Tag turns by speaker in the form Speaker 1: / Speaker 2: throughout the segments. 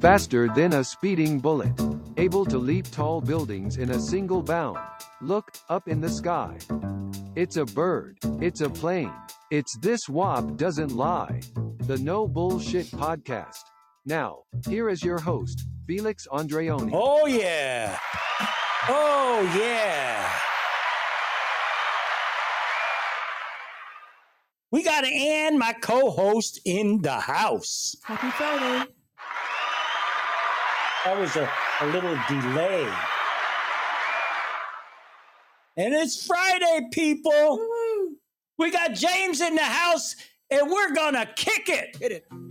Speaker 1: Faster than a speeding bullet. Able to leap tall buildings in a single bound. Look, up in the sky. It's a bird. It's a plane. It's this WAP doesn't lie. The No Bullshit Podcast. Now, here is your host, Felix Andreoni.
Speaker 2: Oh, yeah. Oh, yeah. We got Ann, my co host, in the house.
Speaker 3: Happy Friday.
Speaker 2: That was a, a little delay. And it's Friday, people.
Speaker 3: Woo-hoo.
Speaker 2: We got James in the house, and we're going to kick it.
Speaker 4: Hit it.
Speaker 2: Woo!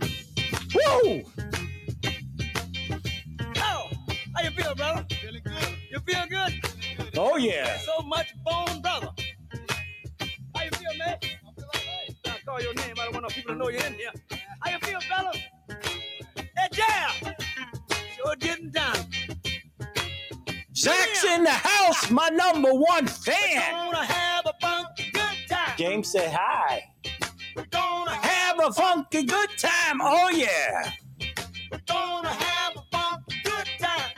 Speaker 4: Oh, how you feel, brother? Feeling good. You feel good?
Speaker 2: Oh, yeah.
Speaker 4: So much bone, brother. How you feel, man? I'm feeling alright. I call your name. I don't want no people to know you're in here. How you feel, fella? Hey, yeah. Sure getting down.
Speaker 2: Zach's in the house, my number one fan.
Speaker 4: Gonna have a funky good time.
Speaker 2: James said hi.
Speaker 4: We're gonna have,
Speaker 2: Have a funky good time. Oh, yeah.
Speaker 4: we're gonna have a funky good time.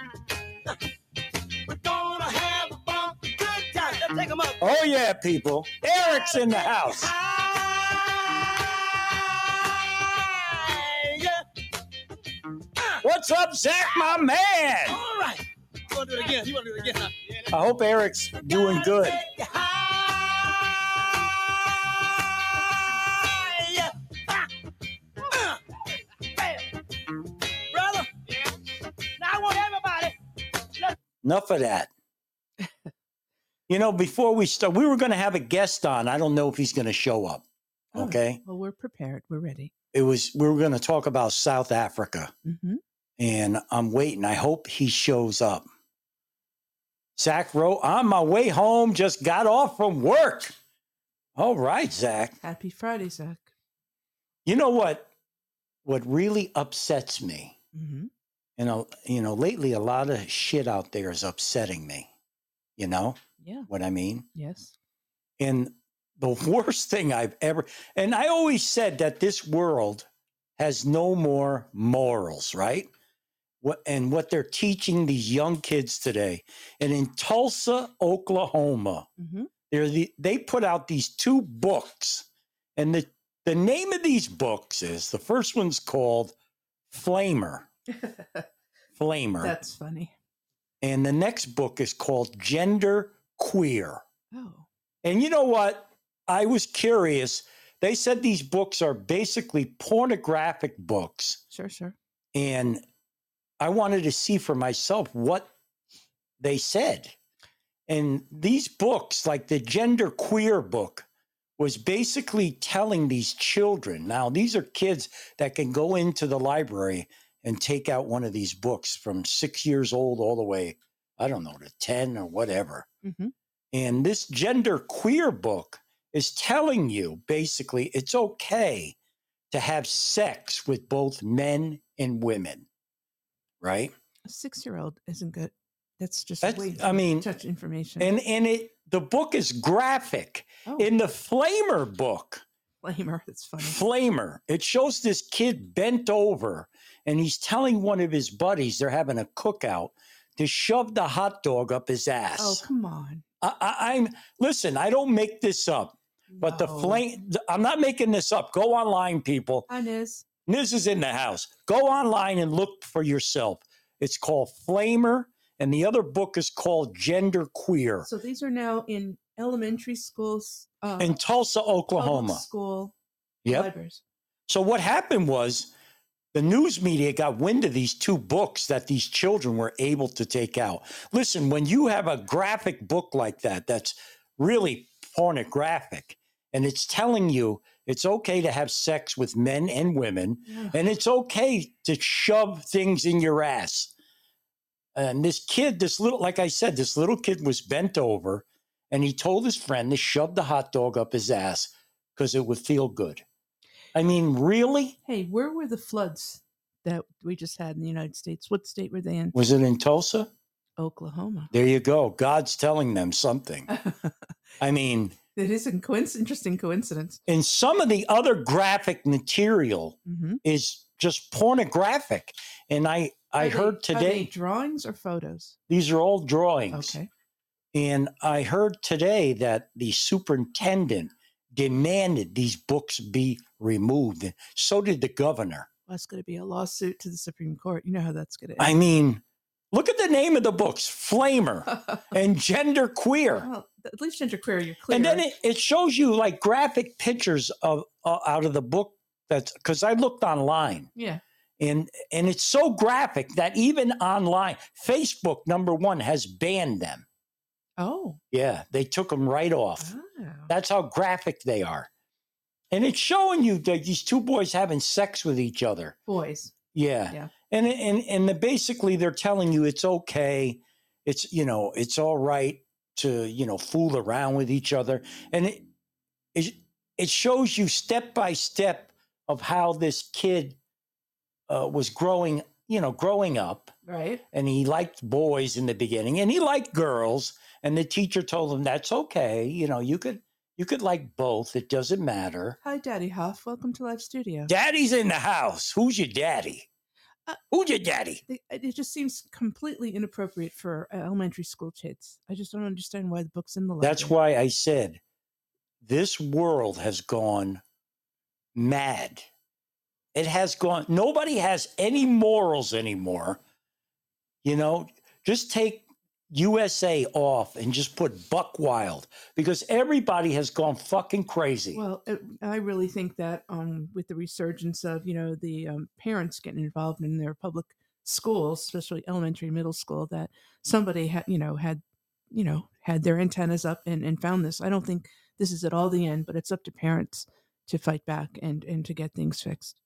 Speaker 4: We're gonna have a funky good time. Now take 'em up.
Speaker 2: Oh, yeah, people. Eric's in the house.
Speaker 4: Hi, yeah.
Speaker 2: What's up, Zach, my man?
Speaker 4: All right. You want to do it again? You want to do it again? Huh?
Speaker 2: I hope Eric's doing good.
Speaker 4: Hi-ya. Ha. Uh. Hey. Brother. Now I want everybody.
Speaker 2: Enough of that. You know, before we start, we were going to have a guest on. I don't know if he's going to show up.
Speaker 3: Oh,
Speaker 2: Okay.
Speaker 3: Well, we're prepared. We're ready.
Speaker 2: It was, we were going to talk about South Africa.
Speaker 3: hmm
Speaker 2: and I'm waiting. I hope he shows up. Zach wrote, on my way home, just got off from work. All right, Zach.
Speaker 3: Happy Friday, Zach.
Speaker 2: You know what? What really upsets me,
Speaker 3: hmm
Speaker 2: and uh, you know, lately a lot of shit out there is upsetting me. You know
Speaker 3: Yeah.
Speaker 2: what I mean?
Speaker 3: Yes.
Speaker 2: And the worst thing I've ever, and I always said that this world has no more morals, right? What, and what they're teaching these young kids today. And in Tulsa, Oklahoma,
Speaker 3: hmm
Speaker 2: they're the, they put out these two books. And the, the name of these books is the first one's called Flamer. Flamer.
Speaker 3: That's funny.
Speaker 2: and the next book is called Gender Queer.
Speaker 3: Oh.
Speaker 2: And you know what? I was curious. They said these books are basically pornographic books.
Speaker 3: Sure. Sure.
Speaker 2: And I wanted to see for myself what they said. And these books, like the gender queer book, was basically telling these children. Now, these are kids that can go into the library and take out one of these books from six years old all the way, I don't know, to 10 or whatever.
Speaker 3: hmm
Speaker 2: And this gender queer book is telling you basically it's okay to have sex with both men and women, right?
Speaker 3: A six-year-old isn't good. That's just
Speaker 2: That's-
Speaker 3: way
Speaker 2: I
Speaker 3: too
Speaker 2: mean,
Speaker 3: much information.
Speaker 2: And and it the book is graphic.
Speaker 3: oh,
Speaker 2: In the Flamer book,
Speaker 3: disclaimer. That's funny.
Speaker 2: Flamer, it shows this kid bent over and he's telling one of his buddies they're having a cookout to shove the hot dog up his ass.
Speaker 3: Oh, come on.
Speaker 2: I, I, I'm listen. I don't make this up. But the
Speaker 3: No.
Speaker 2: flame, I'm not making this up. Go online, people.
Speaker 3: Hi, Niz.
Speaker 2: Niz is in the house. Go online and look for yourself. It's called Flamer, and the other book is called Gender Queer
Speaker 3: So these are now in elementary schools. Uh,
Speaker 2: in Tulsa,
Speaker 3: public
Speaker 2: Oklahoma.
Speaker 3: School.
Speaker 2: Yep.
Speaker 3: Libraries.
Speaker 2: So what happened was the news media got wind of these two books that these children were able to take out. Listen, when you have a graphic book like that, that's really pornographic, and it's telling you it's okay to have sex with men and women.
Speaker 3: Yeah.
Speaker 2: and it's okay to shove things in your ass. And this kid, this little, like I said, this little kid was bent over and he told his friend to shove the hot dog up his ass because it would feel good. I mean, really?
Speaker 3: Hey, where were the floods that we just had in the United States? What state were they in?
Speaker 2: Was it in Tulsa?
Speaker 3: Oklahoma.
Speaker 2: There you go. God's telling them something. I mean,
Speaker 3: It is a coinc- interesting coincidence.
Speaker 2: And some of the other graphic material
Speaker 3: hmm
Speaker 2: is just pornographic. And I, I heard today,
Speaker 3: drawings or photos.
Speaker 2: these are all drawings.
Speaker 3: Okay.
Speaker 2: And I heard today that the superintendent demanded these books be removed. And so did the governor.
Speaker 3: That's going to be a lawsuit to the Supreme Court. You know how that's going to
Speaker 2: I mean, look at the name of the books Flamer
Speaker 3: end.
Speaker 2: and Gender Queer.
Speaker 3: well, at least genderqueer, you're clear.
Speaker 2: And then it, it shows you like graphic pictures of uh, out of the book that's because I looked online
Speaker 3: yeah.
Speaker 2: and and it's so graphic that even online Facebook number one has banned them.
Speaker 3: Oh.
Speaker 2: Yeah, they took them right off.
Speaker 3: wow.
Speaker 2: That's how graphic they are. And it's showing you that these two boys having sex with each other.
Speaker 3: Boys.
Speaker 2: Yeah.
Speaker 3: Yeah.
Speaker 2: And and and the, basically they're telling you it's okay. It's you know, it's all right to, you know, fool around with each other. And it it, it shows you step by step of how this kid uh, was growing, you know, growing up
Speaker 3: Right.
Speaker 2: and he liked boys in the beginning and he liked girls and the teacher told him that's okay, you know, you could you could like both, it doesn't matter.
Speaker 3: Hi, Daddy Huff. Welcome to Live Studio.
Speaker 2: Daddy's in the house. Who's your daddy?
Speaker 3: Uh,
Speaker 2: Who's your daddy?
Speaker 3: They- it just seems completely inappropriate for uh, elementary school kids. I just don't understand why the book's in the library.
Speaker 2: That's why I said this world has gone mad. It has gone, nobody has any morals anymore. You know, just take USA off and just put Buck Wild because everybody has gone fucking crazy.
Speaker 3: Well, it, I really think that um, with the resurgence of you know the um, parents getting involved in their public schools, especially elementary, middle school, that somebody had you know had you know had their antennas up and, and found this. I don't think this is at all the end, but it's up to parents to fight back and and to get things fixed.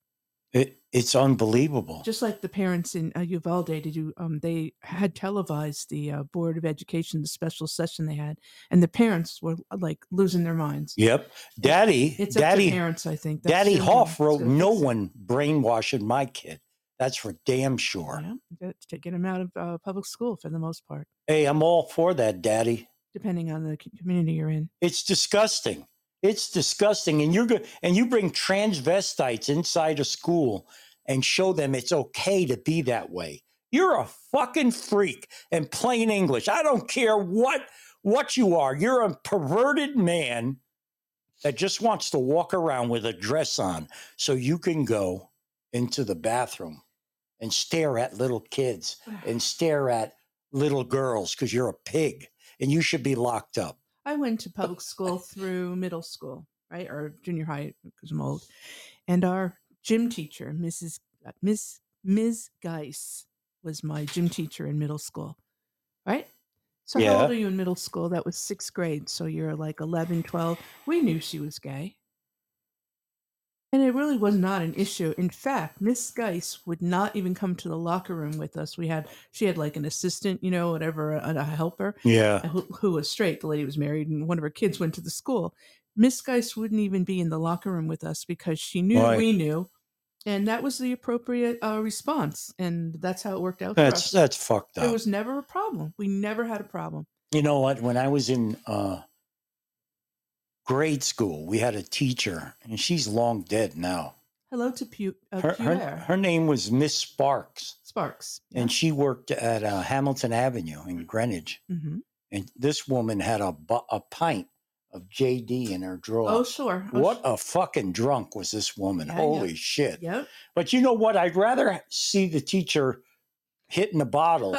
Speaker 2: It, it's unbelievable.
Speaker 3: Just like the parents in uh, Uvalde, did you? Um, they had televised the uh, board of education, the special session they had, and the parents were like losing their minds.
Speaker 2: yep. Daddy,
Speaker 3: It's up to
Speaker 2: daddy,
Speaker 3: parents, I think. That's
Speaker 2: daddy
Speaker 3: the only
Speaker 2: Hoff
Speaker 3: way it's
Speaker 2: wrote,
Speaker 3: gonna
Speaker 2: No
Speaker 3: fix it."
Speaker 2: one brainwashing my kid. That's for damn sure.
Speaker 3: Yeah, get, to get them out of uh, public school for the most part,
Speaker 2: Hey, I'm all for that, daddy.
Speaker 3: depending on the c- community you're in.
Speaker 2: It's disgusting. It's disgusting. And you're good. And you bring transvestites inside a school and show them it's okay to be that way. You're a fucking freak. And plain English, I don't care what what you are. You're a perverted man that just wants to walk around with a dress on so you can go into the bathroom and stare at little kids and stare at little girls because you're a pig and you should be locked up.
Speaker 3: I went to public school through middle school, right, or junior high because I'm old. And our gym teacher, Mrs. uh, Miss Ms. Geis, was my gym teacher in middle school, right? So how
Speaker 2: Yeah.
Speaker 3: old are you in middle school? That was sixth grade, so you're like 11, 12. We knew she was gay. And it really was not an issue. In fact, Miss Geis would not even come to the locker room with us. We had she had like an assistant, you know, whatever, a, a helper
Speaker 2: Yeah.
Speaker 3: who, who was straight. The lady was married, and one of her kids went to the school. Miss Geist wouldn't even be in the locker room with us because she knew
Speaker 2: Right.
Speaker 3: we knew, and that was the appropriate uh, response, and that's how it worked out.
Speaker 2: That's uh
Speaker 3: for us.
Speaker 2: that's fucked
Speaker 3: There
Speaker 2: up.
Speaker 3: was never a problem. We never had a problem.
Speaker 2: you know what? When I was in uh, grade school, we had a teacher, and she's long dead now.
Speaker 3: Hello to Pu- uh,
Speaker 2: Her her,
Speaker 3: Pierre
Speaker 2: her name was Miss Sparks,
Speaker 3: Sparks,
Speaker 2: and she worked at uh, Hamilton Avenue in Greenwich.
Speaker 3: hmm
Speaker 2: And this woman had a bu- a pint of JD in her drawer.
Speaker 3: oh sure, oh,
Speaker 2: what
Speaker 3: sure.
Speaker 2: a fucking drunk was this woman!
Speaker 3: Yeah, yeah.
Speaker 2: Holy shit!
Speaker 3: Yep.
Speaker 2: But you know what? I'd rather see the teacher hitting a bottle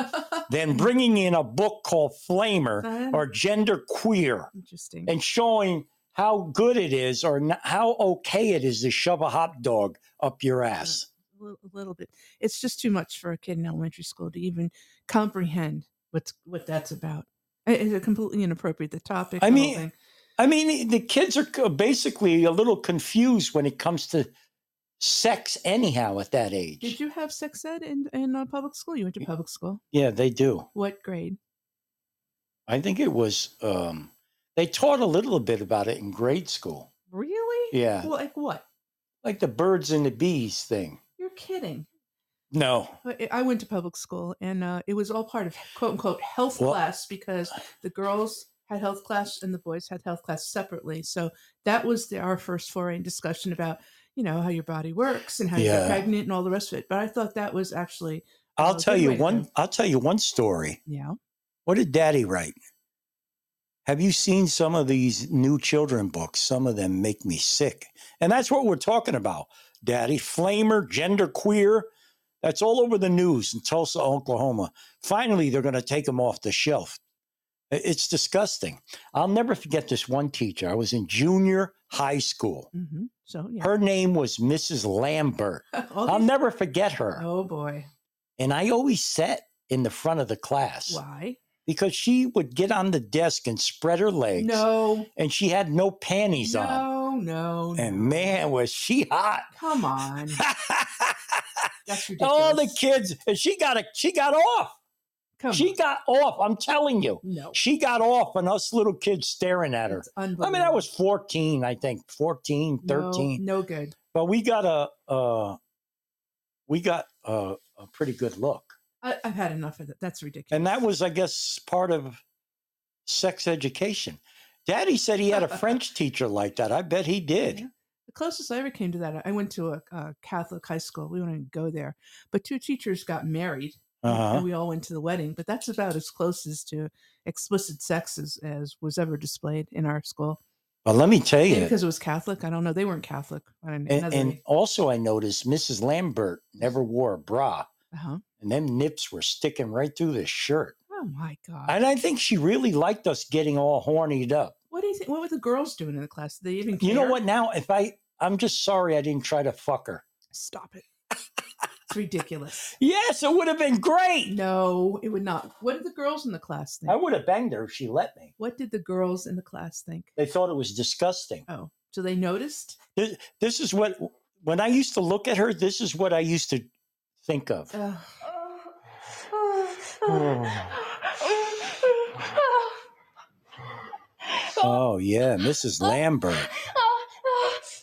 Speaker 2: than bringing in a book called Flamer
Speaker 3: Uh,
Speaker 2: or gender queer
Speaker 3: Interesting.
Speaker 2: and showing how good it is or n how okay it is to shove a hot dog up your ass.
Speaker 3: a little, a little bit. It's just too much for a kid in elementary school to even comprehend what's what that's about. I- It's a completely inappropriate. The topic.
Speaker 2: I
Speaker 3: the whole
Speaker 2: mean,
Speaker 3: thing.
Speaker 2: I mean, the kids are c- basically a little confused when it comes to sex, anyhow, at that age.
Speaker 3: did you have sex ed in in uh, public school? You went to public school.
Speaker 2: yeah, they do.
Speaker 3: What grade?
Speaker 2: I think it was, um, they taught a little bit about it in grade school.
Speaker 3: Really?
Speaker 2: Yeah,
Speaker 3: Well, like what?
Speaker 2: like the birds and the bees thing.
Speaker 3: You're kidding.
Speaker 2: No,
Speaker 3: But I- I went to public school, and uh, it was all part of quote unquote health
Speaker 2: Well-
Speaker 3: class because the girls had health class and the boys had health class separately. So that was the, our first foray and discussion about, you know, how your body works and how you
Speaker 2: Yeah.
Speaker 3: get pregnant and all the rest of it. But I thought that was actually,
Speaker 2: I'll
Speaker 3: Oh,
Speaker 2: tell
Speaker 3: good
Speaker 2: you
Speaker 3: way to
Speaker 2: one.
Speaker 3: go.
Speaker 2: I'll tell you one story.
Speaker 3: yeah,
Speaker 2: What did Daddy write? Have you seen some of these new children books? Some of them make me sick, and that's what we're talking about. Daddy, flamer, gender queer. That's all over the news in Tulsa, Oklahoma. Finally, they're going to take them off the shelf. I- It's disgusting. I'll never forget this one teacher. I was in junior high school.
Speaker 3: hmm so yeah.
Speaker 2: Her name was Mrs. Lambert.
Speaker 3: All
Speaker 2: I'll
Speaker 3: these-
Speaker 2: never forget her.
Speaker 3: oh boy,
Speaker 2: And I always sat in the front of the class
Speaker 3: why?
Speaker 2: because she would get on the desk and spread her legs
Speaker 3: No,
Speaker 2: and she had no panties on.
Speaker 3: no, no, no.
Speaker 2: And man, was she hot.
Speaker 3: Come on, that's ridiculous.
Speaker 2: All the kids and she got a she got off.
Speaker 3: Come
Speaker 2: She
Speaker 3: on.
Speaker 2: got off. I'm telling you.
Speaker 3: no,
Speaker 2: She got off and us little kids staring at her.
Speaker 3: that's unbelievable.
Speaker 2: I mean, I was 14, I think, 14,
Speaker 3: No,
Speaker 2: 13.
Speaker 3: No, good.
Speaker 2: But we got a uh we got a, a pretty good look.
Speaker 3: I, I've had enough of that. That's ridiculous.
Speaker 2: And that was, I guess, part of sex education. Daddy said he had a French teacher like that. I bet he did.
Speaker 3: Yeah. the closest I ever came to that, I went to a, a Catholic high school. We wouldn't go there, but two teachers got married,
Speaker 2: Uh-huh.
Speaker 3: and we all went to the wedding. But that's about as close as to explicit sex as, as was ever displayed in our school.
Speaker 2: Well, let me tell
Speaker 3: Maybe
Speaker 2: you.
Speaker 3: because it was Catholic, I don't know. They weren't Catholic. I don't
Speaker 2: uh, And,
Speaker 3: another-
Speaker 2: and also, I noticed Mrs. Lambert never wore a bra,
Speaker 3: uh-huh.
Speaker 2: and them nips were sticking right through the shirt.
Speaker 3: Oh my god!
Speaker 2: And I think she really liked us getting all hornied up.
Speaker 3: what do you think? What were the girls doing in the class? Did they even? Care?
Speaker 2: You know what? Now, if I, I'm just sorry I didn't try to fuck her.
Speaker 3: Stop it! it's ridiculous.
Speaker 2: Yes, it would have been great.
Speaker 3: No, it would not. What did the girls in the class think?
Speaker 2: I would have banged her if she let me.
Speaker 3: what did the girls in the class think?
Speaker 2: They thought it was disgusting.
Speaker 3: Oh, so they noticed?
Speaker 2: this, this is what when I used to look at her, this is what I used to think of.
Speaker 3: Ugh.
Speaker 2: Oh yeah, Mrs. Lambert.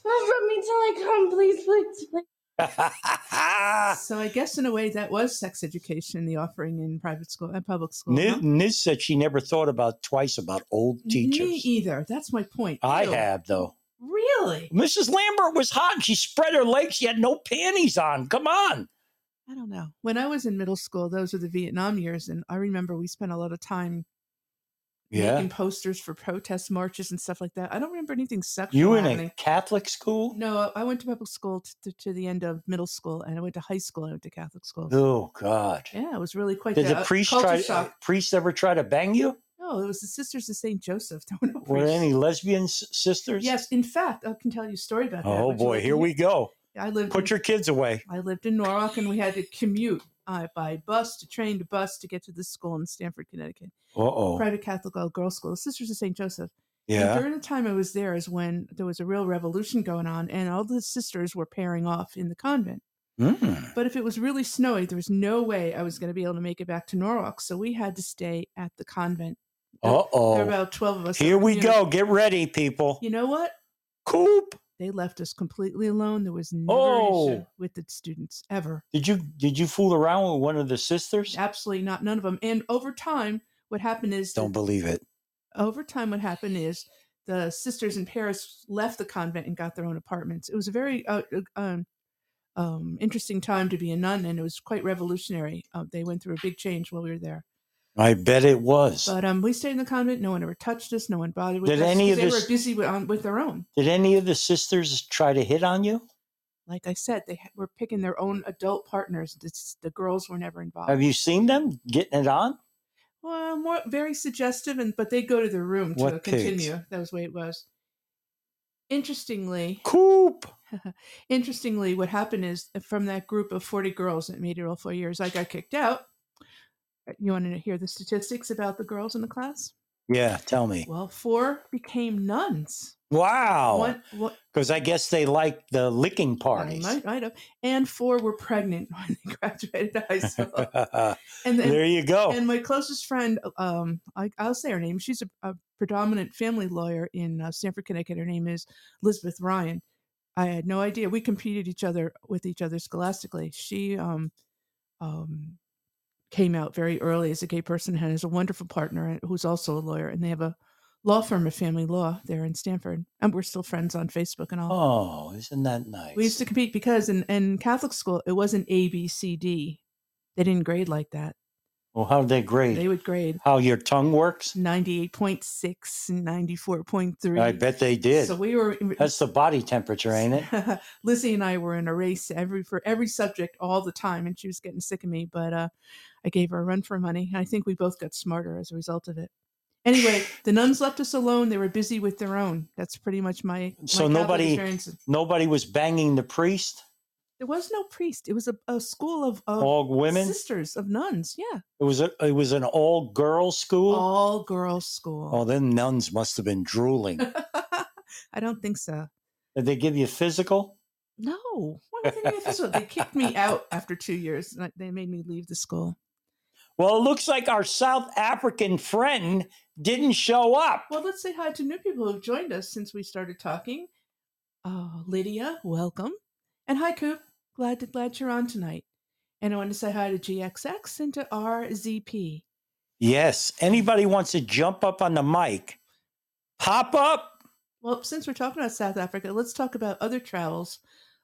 Speaker 5: Rub me till I come, please, please, please.
Speaker 2: Ah.
Speaker 3: So I guess in a way that was sex education, the offering in private school and public school.
Speaker 2: Niz,
Speaker 3: huh?
Speaker 2: Niz said she never thought about twice about old
Speaker 3: Me
Speaker 2: teachers.
Speaker 3: either. That's my point.
Speaker 2: I
Speaker 3: Ew.
Speaker 2: have though.
Speaker 3: Really?
Speaker 2: Mrs. Lambert was hot. and She spread her legs. She had no panties on. Come on.
Speaker 3: I don't know. When I was in middle school, those were the Vietnam years, and I remember we spent a lot of time making posters for protest marches and stuff like that. I don't remember anything sexual.
Speaker 2: You in a
Speaker 3: happening.
Speaker 2: Catholic school?
Speaker 3: No, I went to public school t- to, to the end of middle school, and I went to high school. I went to Catholic school.
Speaker 2: Oh God.
Speaker 3: Yeah, it was really quite.
Speaker 2: Did
Speaker 3: the,
Speaker 2: the
Speaker 3: uh,
Speaker 2: priest
Speaker 3: culture
Speaker 2: try?
Speaker 3: shock.
Speaker 2: Priest ever try to bang you?
Speaker 3: No, it was the Sisters of St. Joseph. There were no
Speaker 2: Were there
Speaker 3: priests.
Speaker 2: any lesbian s- sisters?
Speaker 3: Yes, in fact, I can tell you a story about that.
Speaker 2: Oh
Speaker 3: Would you
Speaker 2: boy,
Speaker 3: like to
Speaker 2: here
Speaker 3: hear?
Speaker 2: we go.
Speaker 3: I lived.
Speaker 2: Put
Speaker 3: in,
Speaker 2: your kids away.
Speaker 3: I lived in Norwalk, and we had to commute uh, by bus to train to bus to get to this school in Stamford, Connecticut,
Speaker 2: Uh oh.
Speaker 3: private Catholic all girls school, the Sisters of St. Joseph. And
Speaker 2: Yeah.
Speaker 3: during the time I was there is when there was a real revolution going on, and all the sisters were pairing off in the convent.
Speaker 2: Mm.
Speaker 3: But if it was really snowy, there was no way I was going to be able to make it back to Norwalk, so we had to stay at the convent.
Speaker 2: Uh
Speaker 3: There were
Speaker 2: oh.
Speaker 3: about twelve of us. that
Speaker 2: Here
Speaker 3: were
Speaker 2: we
Speaker 3: commuting.
Speaker 2: go. Get ready, people.
Speaker 3: You know what?
Speaker 2: Coop.
Speaker 3: They left us completely alone. There was never an issue
Speaker 2: Oh.
Speaker 3: with the students ever.
Speaker 2: Did you did you fool around with one of the sisters?
Speaker 3: Absolutely not. None of them. And over time, what happened is
Speaker 2: Don't believe it.
Speaker 3: over time, what happened is the sisters in Paris left the convent and got their own apartments. It was a very uh, uh, um, um, interesting time to be a nun, and it was quite revolutionary. Uh, they went through a big change while we were there.
Speaker 2: I bet it was.
Speaker 3: But um, we stayed in the convent. No one ever touched us. No one bothered with
Speaker 2: Did
Speaker 3: us.
Speaker 2: any
Speaker 3: 'cause
Speaker 2: of
Speaker 3: they
Speaker 2: this-
Speaker 3: were busy with, on, with their own.
Speaker 2: Did any of the sisters try to hit on you?
Speaker 3: Like I said, they ha- were picking their own adult partners. This, the girls were never involved.
Speaker 2: Have you seen them getting it on?
Speaker 3: Well, more very suggestive, and but they go to their room to
Speaker 2: What pigs?
Speaker 3: continue. That was the way it was. Interestingly,
Speaker 2: Coop.
Speaker 3: interestingly, what happened is uh, from that group of forty girls that made it all four years, I got kicked out. Uh, You want to hear the statistics about the girls in the class?
Speaker 2: Yeah, tell me.
Speaker 3: Well, four became nuns.
Speaker 2: Wow.
Speaker 3: One, what,
Speaker 2: Because I guess they like the licking
Speaker 3: I
Speaker 2: parties.
Speaker 3: might, might have, and four were pregnant when they graduated high school.
Speaker 2: there
Speaker 3: And then
Speaker 2: you go.
Speaker 3: and my closest friend, um, I, I'll say her name. She's a, a predominant family lawyer in uh, Stanford, Connecticut. Her name is Elizabeth Ryan. I had no idea. We competed each other with each other scholastically. She um, um, came out very early as a gay person and has a wonderful partner and- who's also a lawyer, and they have a law firm of family law there in Stanford, and we're still friends on Facebook and all.
Speaker 2: Oh, isn't that nice?
Speaker 3: We used to compete because in, in Catholic school it wasn't A B C D. They didn't grade like that.
Speaker 2: well, how they grade?
Speaker 3: They would grade
Speaker 2: how your tongue works?
Speaker 3: 98.6 and 94.3.
Speaker 2: I bet they did.
Speaker 3: So we were
Speaker 2: That's the body temperature, ain't it?
Speaker 3: Lizzie and I were in a race every for every subject all the time and she was getting sick of me, but uh I gave her a run for money. I think we both got smarter as a result of it. Anyway, the nuns left us alone. They were busy with their own. That's pretty much my, my
Speaker 2: So
Speaker 3: Catholic
Speaker 2: nobody-
Speaker 3: experience.
Speaker 2: Nobody was banging the priest.
Speaker 3: There was no priest. It was a, a school of, of
Speaker 2: All women.
Speaker 3: sisters of nuns. Yeah,
Speaker 2: It was a, it was an all girls school.
Speaker 3: all girls school.
Speaker 2: oh, them nuns must have been drooling.
Speaker 3: I don't think so.
Speaker 2: Did they give you physical?
Speaker 3: No, why would they make it this way? They kicked me out after two years. and I- They made me leave the school.
Speaker 2: Well, it looks like our South African friend didn't show up.
Speaker 3: Well, let's say hi to new people who've joined us since we started talking. Uh, Lydia, welcome, and hi Coop. Glad to, glad you're on tonight. And I want to say hi to GXX and to RZP.
Speaker 2: Yes. Anybody wants to jump up on the mic? Pop up.
Speaker 3: Well, since we're talking about South Africa, let's talk about other travels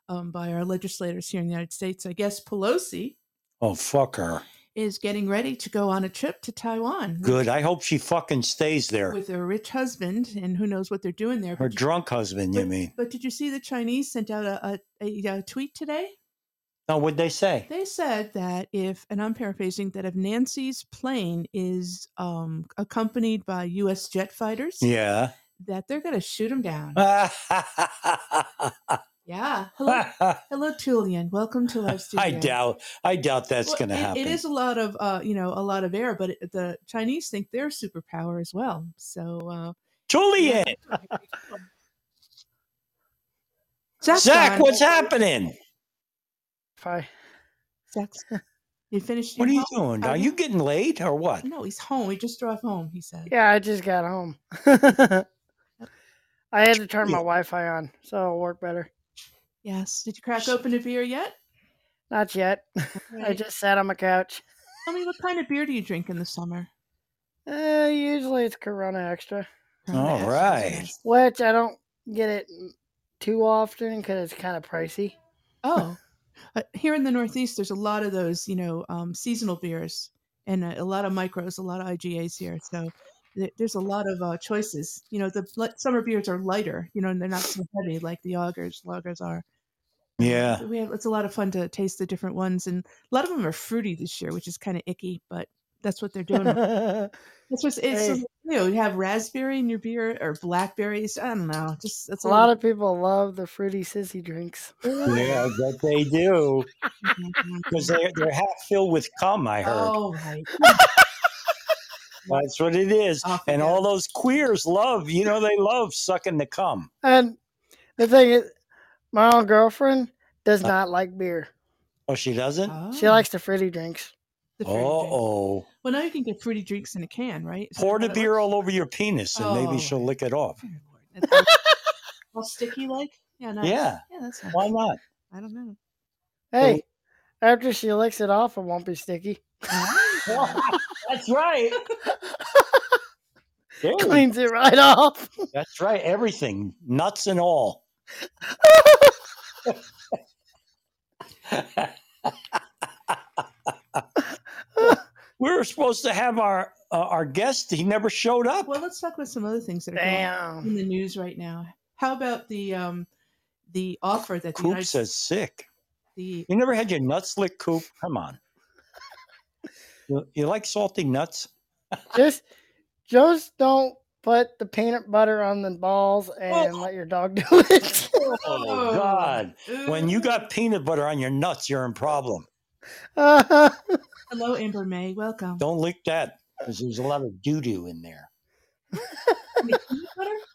Speaker 3: um, by our legislators here in the United States. I guess Pelosi
Speaker 2: Oh, fuck her.
Speaker 3: is getting ready to go on a trip to Taiwan
Speaker 2: Good. I hope she fucking stays there.
Speaker 3: with her rich husband, and who knows what they're doing there.
Speaker 2: Her
Speaker 3: but, did-
Speaker 2: drunk husband, you mean?
Speaker 3: but did you see the Chinese sent out a, a, a, a tweet today?
Speaker 2: No, Oh, what'd they say?
Speaker 3: They said that if, and I'm paraphrasing, that if Nancy's plane is um, accompanied by U.S. jet fighters,
Speaker 2: Yeah. Ah.
Speaker 3: that they're going to shoot them down.
Speaker 2: I
Speaker 3: yeah. Hello, hello, Tulian. Welcome to our studio.
Speaker 2: Ah. doubt. I doubt that's
Speaker 3: Well,
Speaker 2: going to
Speaker 3: it-
Speaker 2: happen.
Speaker 3: It is a lot of uh, you know a lot of air, but it, the Chinese think they're superpower as well. So uh,
Speaker 2: Julian,
Speaker 3: Zach's
Speaker 2: Zach,
Speaker 3: on.
Speaker 2: what's happening?
Speaker 6: Fi.
Speaker 3: Zach's, you finished?
Speaker 2: What are
Speaker 3: your
Speaker 2: you doing? Are you getting late or what?
Speaker 3: home? No, he's home. We just drove home. He said.
Speaker 6: Yeah, I just got home. I had to turn my Wi-Fi on, so it'll work better.
Speaker 3: Yes. Did you crack open a beer yet?
Speaker 6: Not yet. I
Speaker 3: Right.
Speaker 6: just sat on my couch.
Speaker 3: Tell me, what kind of beer do you drink in the summer?
Speaker 6: Uh, usually it's Corona Extra,
Speaker 3: Corona
Speaker 2: All
Speaker 3: Extra,
Speaker 2: right.
Speaker 3: yes.
Speaker 6: which I don't get it too often because it's kind of pricey.
Speaker 3: Oh, uh, here in the Northeast, there's a lot of those, you know, um, seasonal beers and uh, a lot of micros, a lot of IGAs here. So th- there's a lot of uh, choices. You know, the li- summer beers are lighter, you know, and they're not so heavy like the augers lagers are.
Speaker 2: Yeah.
Speaker 3: But we have it's a lot of fun to taste the different ones, and a lot of them are fruity this year, which is kind of icky, but that's what they're doing. that's what's it's
Speaker 6: Hey.
Speaker 3: you know you have raspberry in your beer or blackberries. I don't know, just that's
Speaker 6: a lot of people love the fruity sissy drinks.
Speaker 2: Yeah, I bet they do. Because
Speaker 3: of.
Speaker 2: they're, they're half filled with cum, I heard.
Speaker 3: Oh my
Speaker 2: That's what it is.
Speaker 3: Off
Speaker 2: and
Speaker 3: it
Speaker 2: all those queers love, you know, they love sucking the cum.
Speaker 6: And the thing is, my own girlfriend does not like beer.
Speaker 2: Oh, she doesn't?
Speaker 3: God.
Speaker 6: She likes the fruity drinks.
Speaker 3: the fruity
Speaker 2: Oh,
Speaker 3: drink.
Speaker 2: oh.
Speaker 3: Well, now you can get fruity drinks in a can, right? Is that
Speaker 2: Pour the
Speaker 3: how that
Speaker 2: beer
Speaker 3: works?
Speaker 2: all over your penis and
Speaker 3: Oh.
Speaker 2: maybe she'll lick it off.
Speaker 3: Dear Lord, that's all- all sticky like. Yeah, nice.
Speaker 2: Yeah.
Speaker 3: yeah, that's. Nice.
Speaker 2: Why not?
Speaker 3: I don't know.
Speaker 6: Hey, after she licks it off, it won't be sticky.
Speaker 2: That's right. There you
Speaker 6: Cleans it right off.
Speaker 2: That's right. Everything, nuts and all. we were supposed to have our uh, our guest. He never showed up.
Speaker 3: Well, let's talk about some other things that are going on in
Speaker 6: Damn.
Speaker 3: the news right now. How about the um the offer that the
Speaker 2: Coop
Speaker 3: United
Speaker 2: says sick.
Speaker 3: the
Speaker 2: You never had your nuts licked, Coop. Come on. You, you like salty nuts?
Speaker 6: Just just don't put the peanut butter on the balls and let your dog do it.
Speaker 2: Oh God! When you got peanut butter on your nuts, you're in problem.
Speaker 6: Uh,
Speaker 3: hello Amber May, welcome.
Speaker 2: Don't lick that because there's a lot of doo doo in there.
Speaker 3: With peanut butter?
Speaker 2: Yeah.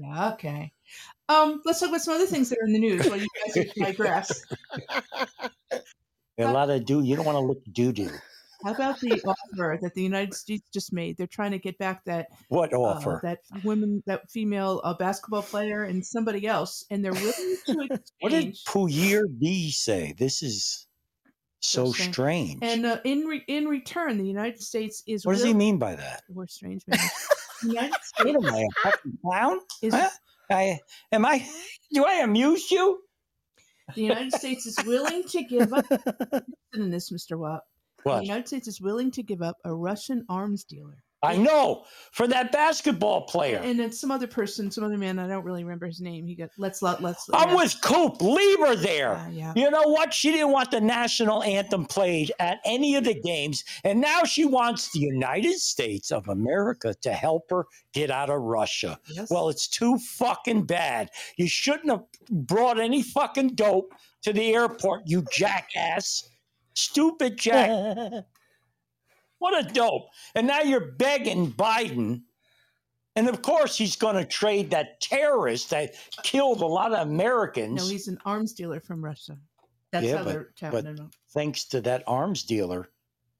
Speaker 3: Yeah, okay. Um, let's talk about some other things that are in the news while you guys digress.
Speaker 2: A lot of doo. You don't want to look doo doo.
Speaker 3: How about the offer that the United States just made? They're trying to get back that
Speaker 2: What
Speaker 3: uh,
Speaker 2: offer?
Speaker 3: that women, that female uh, basketball player, and somebody else, and they're willing to
Speaker 2: what did
Speaker 3: exchange.
Speaker 2: Pouyer B say? This is so
Speaker 3: So strange.
Speaker 2: strange.
Speaker 3: and uh, in re- in return, the United States is
Speaker 2: what does he
Speaker 3: will-
Speaker 2: mean by that?
Speaker 3: We're strange man. United
Speaker 2: What
Speaker 3: States
Speaker 2: am I, a fucking clown?
Speaker 3: is
Speaker 2: Huh? I am I? Do I amuse you?
Speaker 3: the United States is willing to give up. Listen to this, Mr. Watt. The
Speaker 2: What?
Speaker 3: United States is willing to give up a Russian arms dealer
Speaker 2: I know for that basketball player.
Speaker 3: and then some other person, some other man. I don't really remember his name. He got let's let let's.
Speaker 2: I'm
Speaker 3: yeah.
Speaker 2: with Coop. Leave her there.
Speaker 3: Uh, yeah.
Speaker 2: You know what? She didn't want the national anthem played at any of the games, and now she wants the United States of America to help her get out of Russia.
Speaker 3: Yes.
Speaker 2: Well, it's too fucking bad. You shouldn't have brought any fucking dope to the airport, you jackass. Stupid jack. what a dope. And now you're begging Biden. And of course, he's going to trade that terrorist that killed a lot of
Speaker 3: no,
Speaker 2: Americans
Speaker 3: he's an arms dealer from Russia. That's
Speaker 2: Yeah,
Speaker 3: how
Speaker 2: but-
Speaker 3: they're
Speaker 2: but-
Speaker 3: tapping him. up.
Speaker 2: thanks to that arms dealer,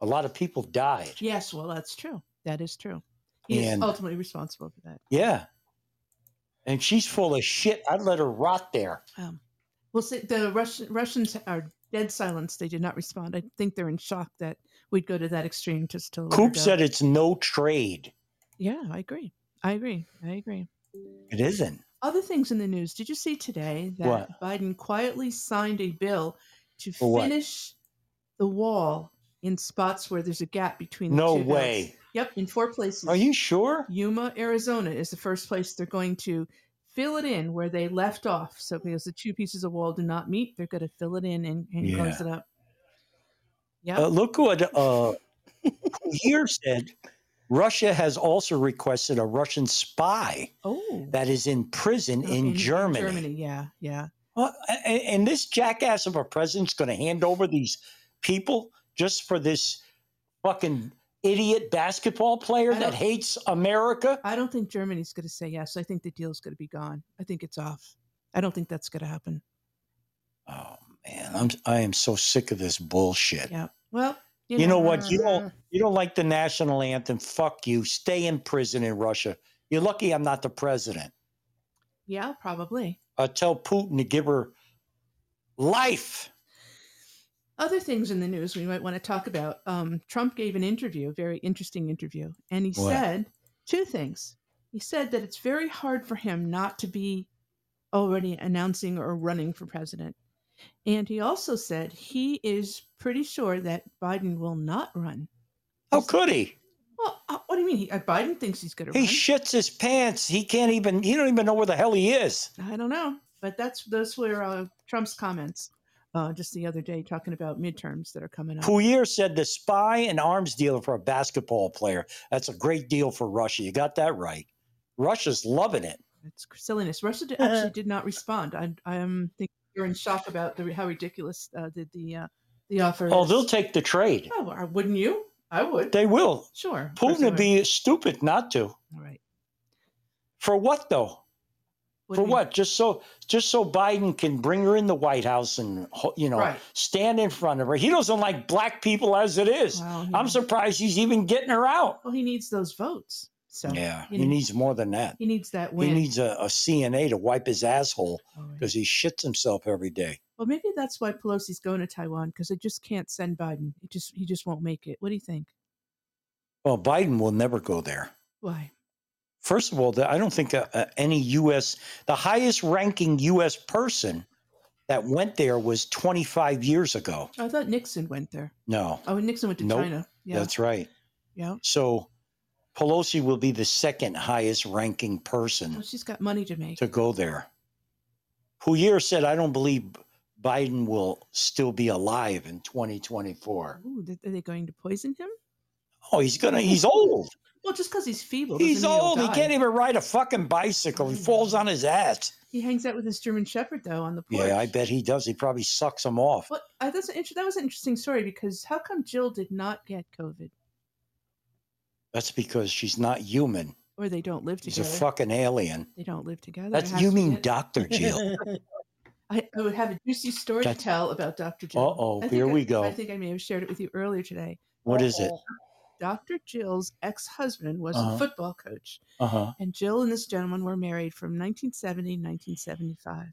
Speaker 2: a lot of people died.
Speaker 3: Yes, well, that's true. That is true. He is
Speaker 2: And-
Speaker 3: ultimately responsible for that.
Speaker 2: Yeah. And she's full of shit. I'd let her rot there.
Speaker 3: Um, well, see, the Russian Russians are dead silence. They did not respond. I think they're in shock that we'd go to that extreme just to. let her
Speaker 2: Coop
Speaker 3: go.
Speaker 2: said it's no trade.
Speaker 3: "Yeah, I agree. I agree. I agree."
Speaker 2: It isn't.
Speaker 3: Other things in the news. Did you see today that
Speaker 2: What?
Speaker 3: Biden quietly signed a bill to
Speaker 2: For what?
Speaker 3: finish the wall in spots where there's a gap between the
Speaker 2: No
Speaker 3: two belts?
Speaker 2: way.
Speaker 3: Yep, in four places.
Speaker 2: Are you sure?
Speaker 3: Yuma, Arizona is the first place they're going to fill it in where they left off. So because the two pieces of wall do not meet, they're going to fill it in and, and
Speaker 2: Yeah.
Speaker 3: close it up. Yep.
Speaker 2: Uh, look what uh, here said. Russia has also requested a Russian spy
Speaker 3: oh,
Speaker 2: that is in prison
Speaker 3: uh,
Speaker 2: Oh, in, Germany.
Speaker 3: Germany, yeah, yeah.
Speaker 2: Well, a- a- and, this jackass of a president's going to hand over these people just for this fucking idiot basketball player
Speaker 3: I
Speaker 2: that
Speaker 3: don't-
Speaker 2: hates America.
Speaker 3: I don't think Germany's going to say yes. I think the deal's going to be gone. I think it's off. I don't think that's going to happen.
Speaker 2: Oh man, I'm I am so sick of this bullshit.
Speaker 3: Yeah. Well, you, uh,
Speaker 2: You know what? You don't you don't like the national anthem. Fuck you. Stay in prison in Russia. You're lucky I'm not the president.
Speaker 3: Yeah, probably.
Speaker 2: I'll tell Putin to give her life.
Speaker 3: Other things in the news we might want to talk about. Um, Trump gave an interview, a very interesting interview, and he
Speaker 2: What?
Speaker 3: said two things. He said that it's very hard for him not to be already announcing or running for president. And he also said he is pretty sure that Biden will not run.
Speaker 2: How could he?
Speaker 3: Well, uh, what do you mean? He, uh, Biden thinks he's going to
Speaker 2: He
Speaker 3: run.
Speaker 2: shits his pants. He can't even. He don't even know where the hell he is.
Speaker 3: I don't know, but that's those were uh, Trump's comments uh, just the other day talking about midterms that are coming up.
Speaker 2: Pouyer said the spy and arms dealer for a basketball player. That's a great deal for Russia. You got that right. Russia's loving it.
Speaker 3: It's silliness. Russia di- actually did not respond. I, I'm think you're in shock about the, how ridiculous uh, the the uh, the offer.
Speaker 2: Oh,
Speaker 3: is.
Speaker 2: they'll take the trade.
Speaker 3: Oh, uh, wouldn't you? I would.
Speaker 2: They will.
Speaker 3: sure. of course
Speaker 2: Putin
Speaker 3: I
Speaker 2: would be stupid not to.
Speaker 3: would. All right.
Speaker 2: For what though?
Speaker 3: What
Speaker 2: for
Speaker 3: do you-
Speaker 2: what? Just so just so Biden can bring her in the White House and ho- you know
Speaker 3: Right.
Speaker 2: stand in front of her. He doesn't like black people as it is.
Speaker 3: Wow,
Speaker 2: I'm
Speaker 3: yeah.
Speaker 2: surprised he's even getting her out.
Speaker 3: Well, he needs those votes. So
Speaker 2: Yeah,
Speaker 3: you
Speaker 2: he
Speaker 3: know,
Speaker 2: needs more than that.
Speaker 3: he needs that
Speaker 2: He
Speaker 3: win.
Speaker 2: needs a, a CNA to wipe his asshole
Speaker 3: All right.
Speaker 2: because he shits himself every day.
Speaker 3: Well, maybe that's why Pelosi's going to Taiwan because they just can't send Biden. It just he just won't make it. What do you think?
Speaker 2: Well, Biden will never go there.
Speaker 3: Why?
Speaker 2: First of all, the- I don't think uh, uh, any U.S. the highest ranking U.S. person that went there was 25 years ago.
Speaker 3: I thought Nixon went there.
Speaker 2: No,
Speaker 3: Oh, and Nixon went to
Speaker 2: Nope.
Speaker 3: China. Yeah.
Speaker 2: that's right.
Speaker 3: yeah.
Speaker 2: So Pelosi will be the second highest ranking
Speaker 3: Well,
Speaker 2: person
Speaker 3: she's got money to make.
Speaker 2: to go there. Pouyer said, I don't believe Biden will still be alive in 2024.
Speaker 3: Ooh, th- are they going to poison him?
Speaker 2: Oh, he's gonna, he's old.
Speaker 3: Well, just because he's feeble. doesn't
Speaker 2: He's
Speaker 3: mean he'll
Speaker 2: old. He
Speaker 3: die.
Speaker 2: can't even ride a fucking bicycle. He
Speaker 3: I know.
Speaker 2: falls on his ass.
Speaker 3: He hangs out with his German Shepherd though on the porch.
Speaker 2: Yeah, I bet he does. He probably sucks him off.
Speaker 3: Well, I, that's an inter- that was an interesting story because how come Jill did not get COVID
Speaker 2: That's because she's not human.
Speaker 3: or they don't live
Speaker 2: She's
Speaker 3: together?
Speaker 2: a fucking alien.
Speaker 3: they don't live together. It
Speaker 2: That's
Speaker 3: has
Speaker 2: you
Speaker 3: to
Speaker 2: mean
Speaker 3: get-
Speaker 2: Dr. Jill.
Speaker 3: I, I would have a juicy story to
Speaker 2: That's-
Speaker 3: tell about Dr. Jill.
Speaker 2: Uh-oh,
Speaker 3: I think
Speaker 2: here
Speaker 3: I-
Speaker 2: we go.
Speaker 3: I think I may have shared it with you earlier today.
Speaker 2: What is it?
Speaker 3: Dr. Jill's ex-husband was
Speaker 2: Uh-huh.
Speaker 3: a football coach,
Speaker 2: Uh huh.
Speaker 3: and Jill and this gentleman were married from 1970 to 1975.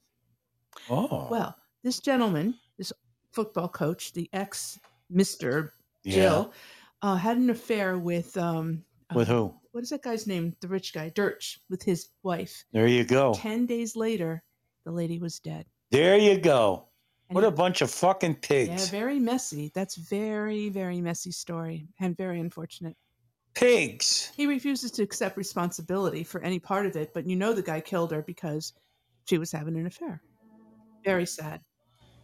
Speaker 2: Oh.
Speaker 3: Well, this gentleman, this football coach, the ex Mister
Speaker 2: yeah.
Speaker 3: Jill, uh, had an affair with um,
Speaker 2: With who?
Speaker 3: what is that guy's name? The rich guy, Dirch, with his wife.
Speaker 2: There you go.
Speaker 3: Ten days later, the lady was dead.
Speaker 2: There you go.
Speaker 3: And
Speaker 2: What a
Speaker 3: it-
Speaker 2: bunch of fucking
Speaker 3: Yeah,
Speaker 2: pigs.
Speaker 3: very messy. That's very, very messy story and very unfortunate.
Speaker 2: Pigs.
Speaker 3: He refuses to accept responsibility for any part of it, but you know the guy killed her because she was having an affair. Very sad.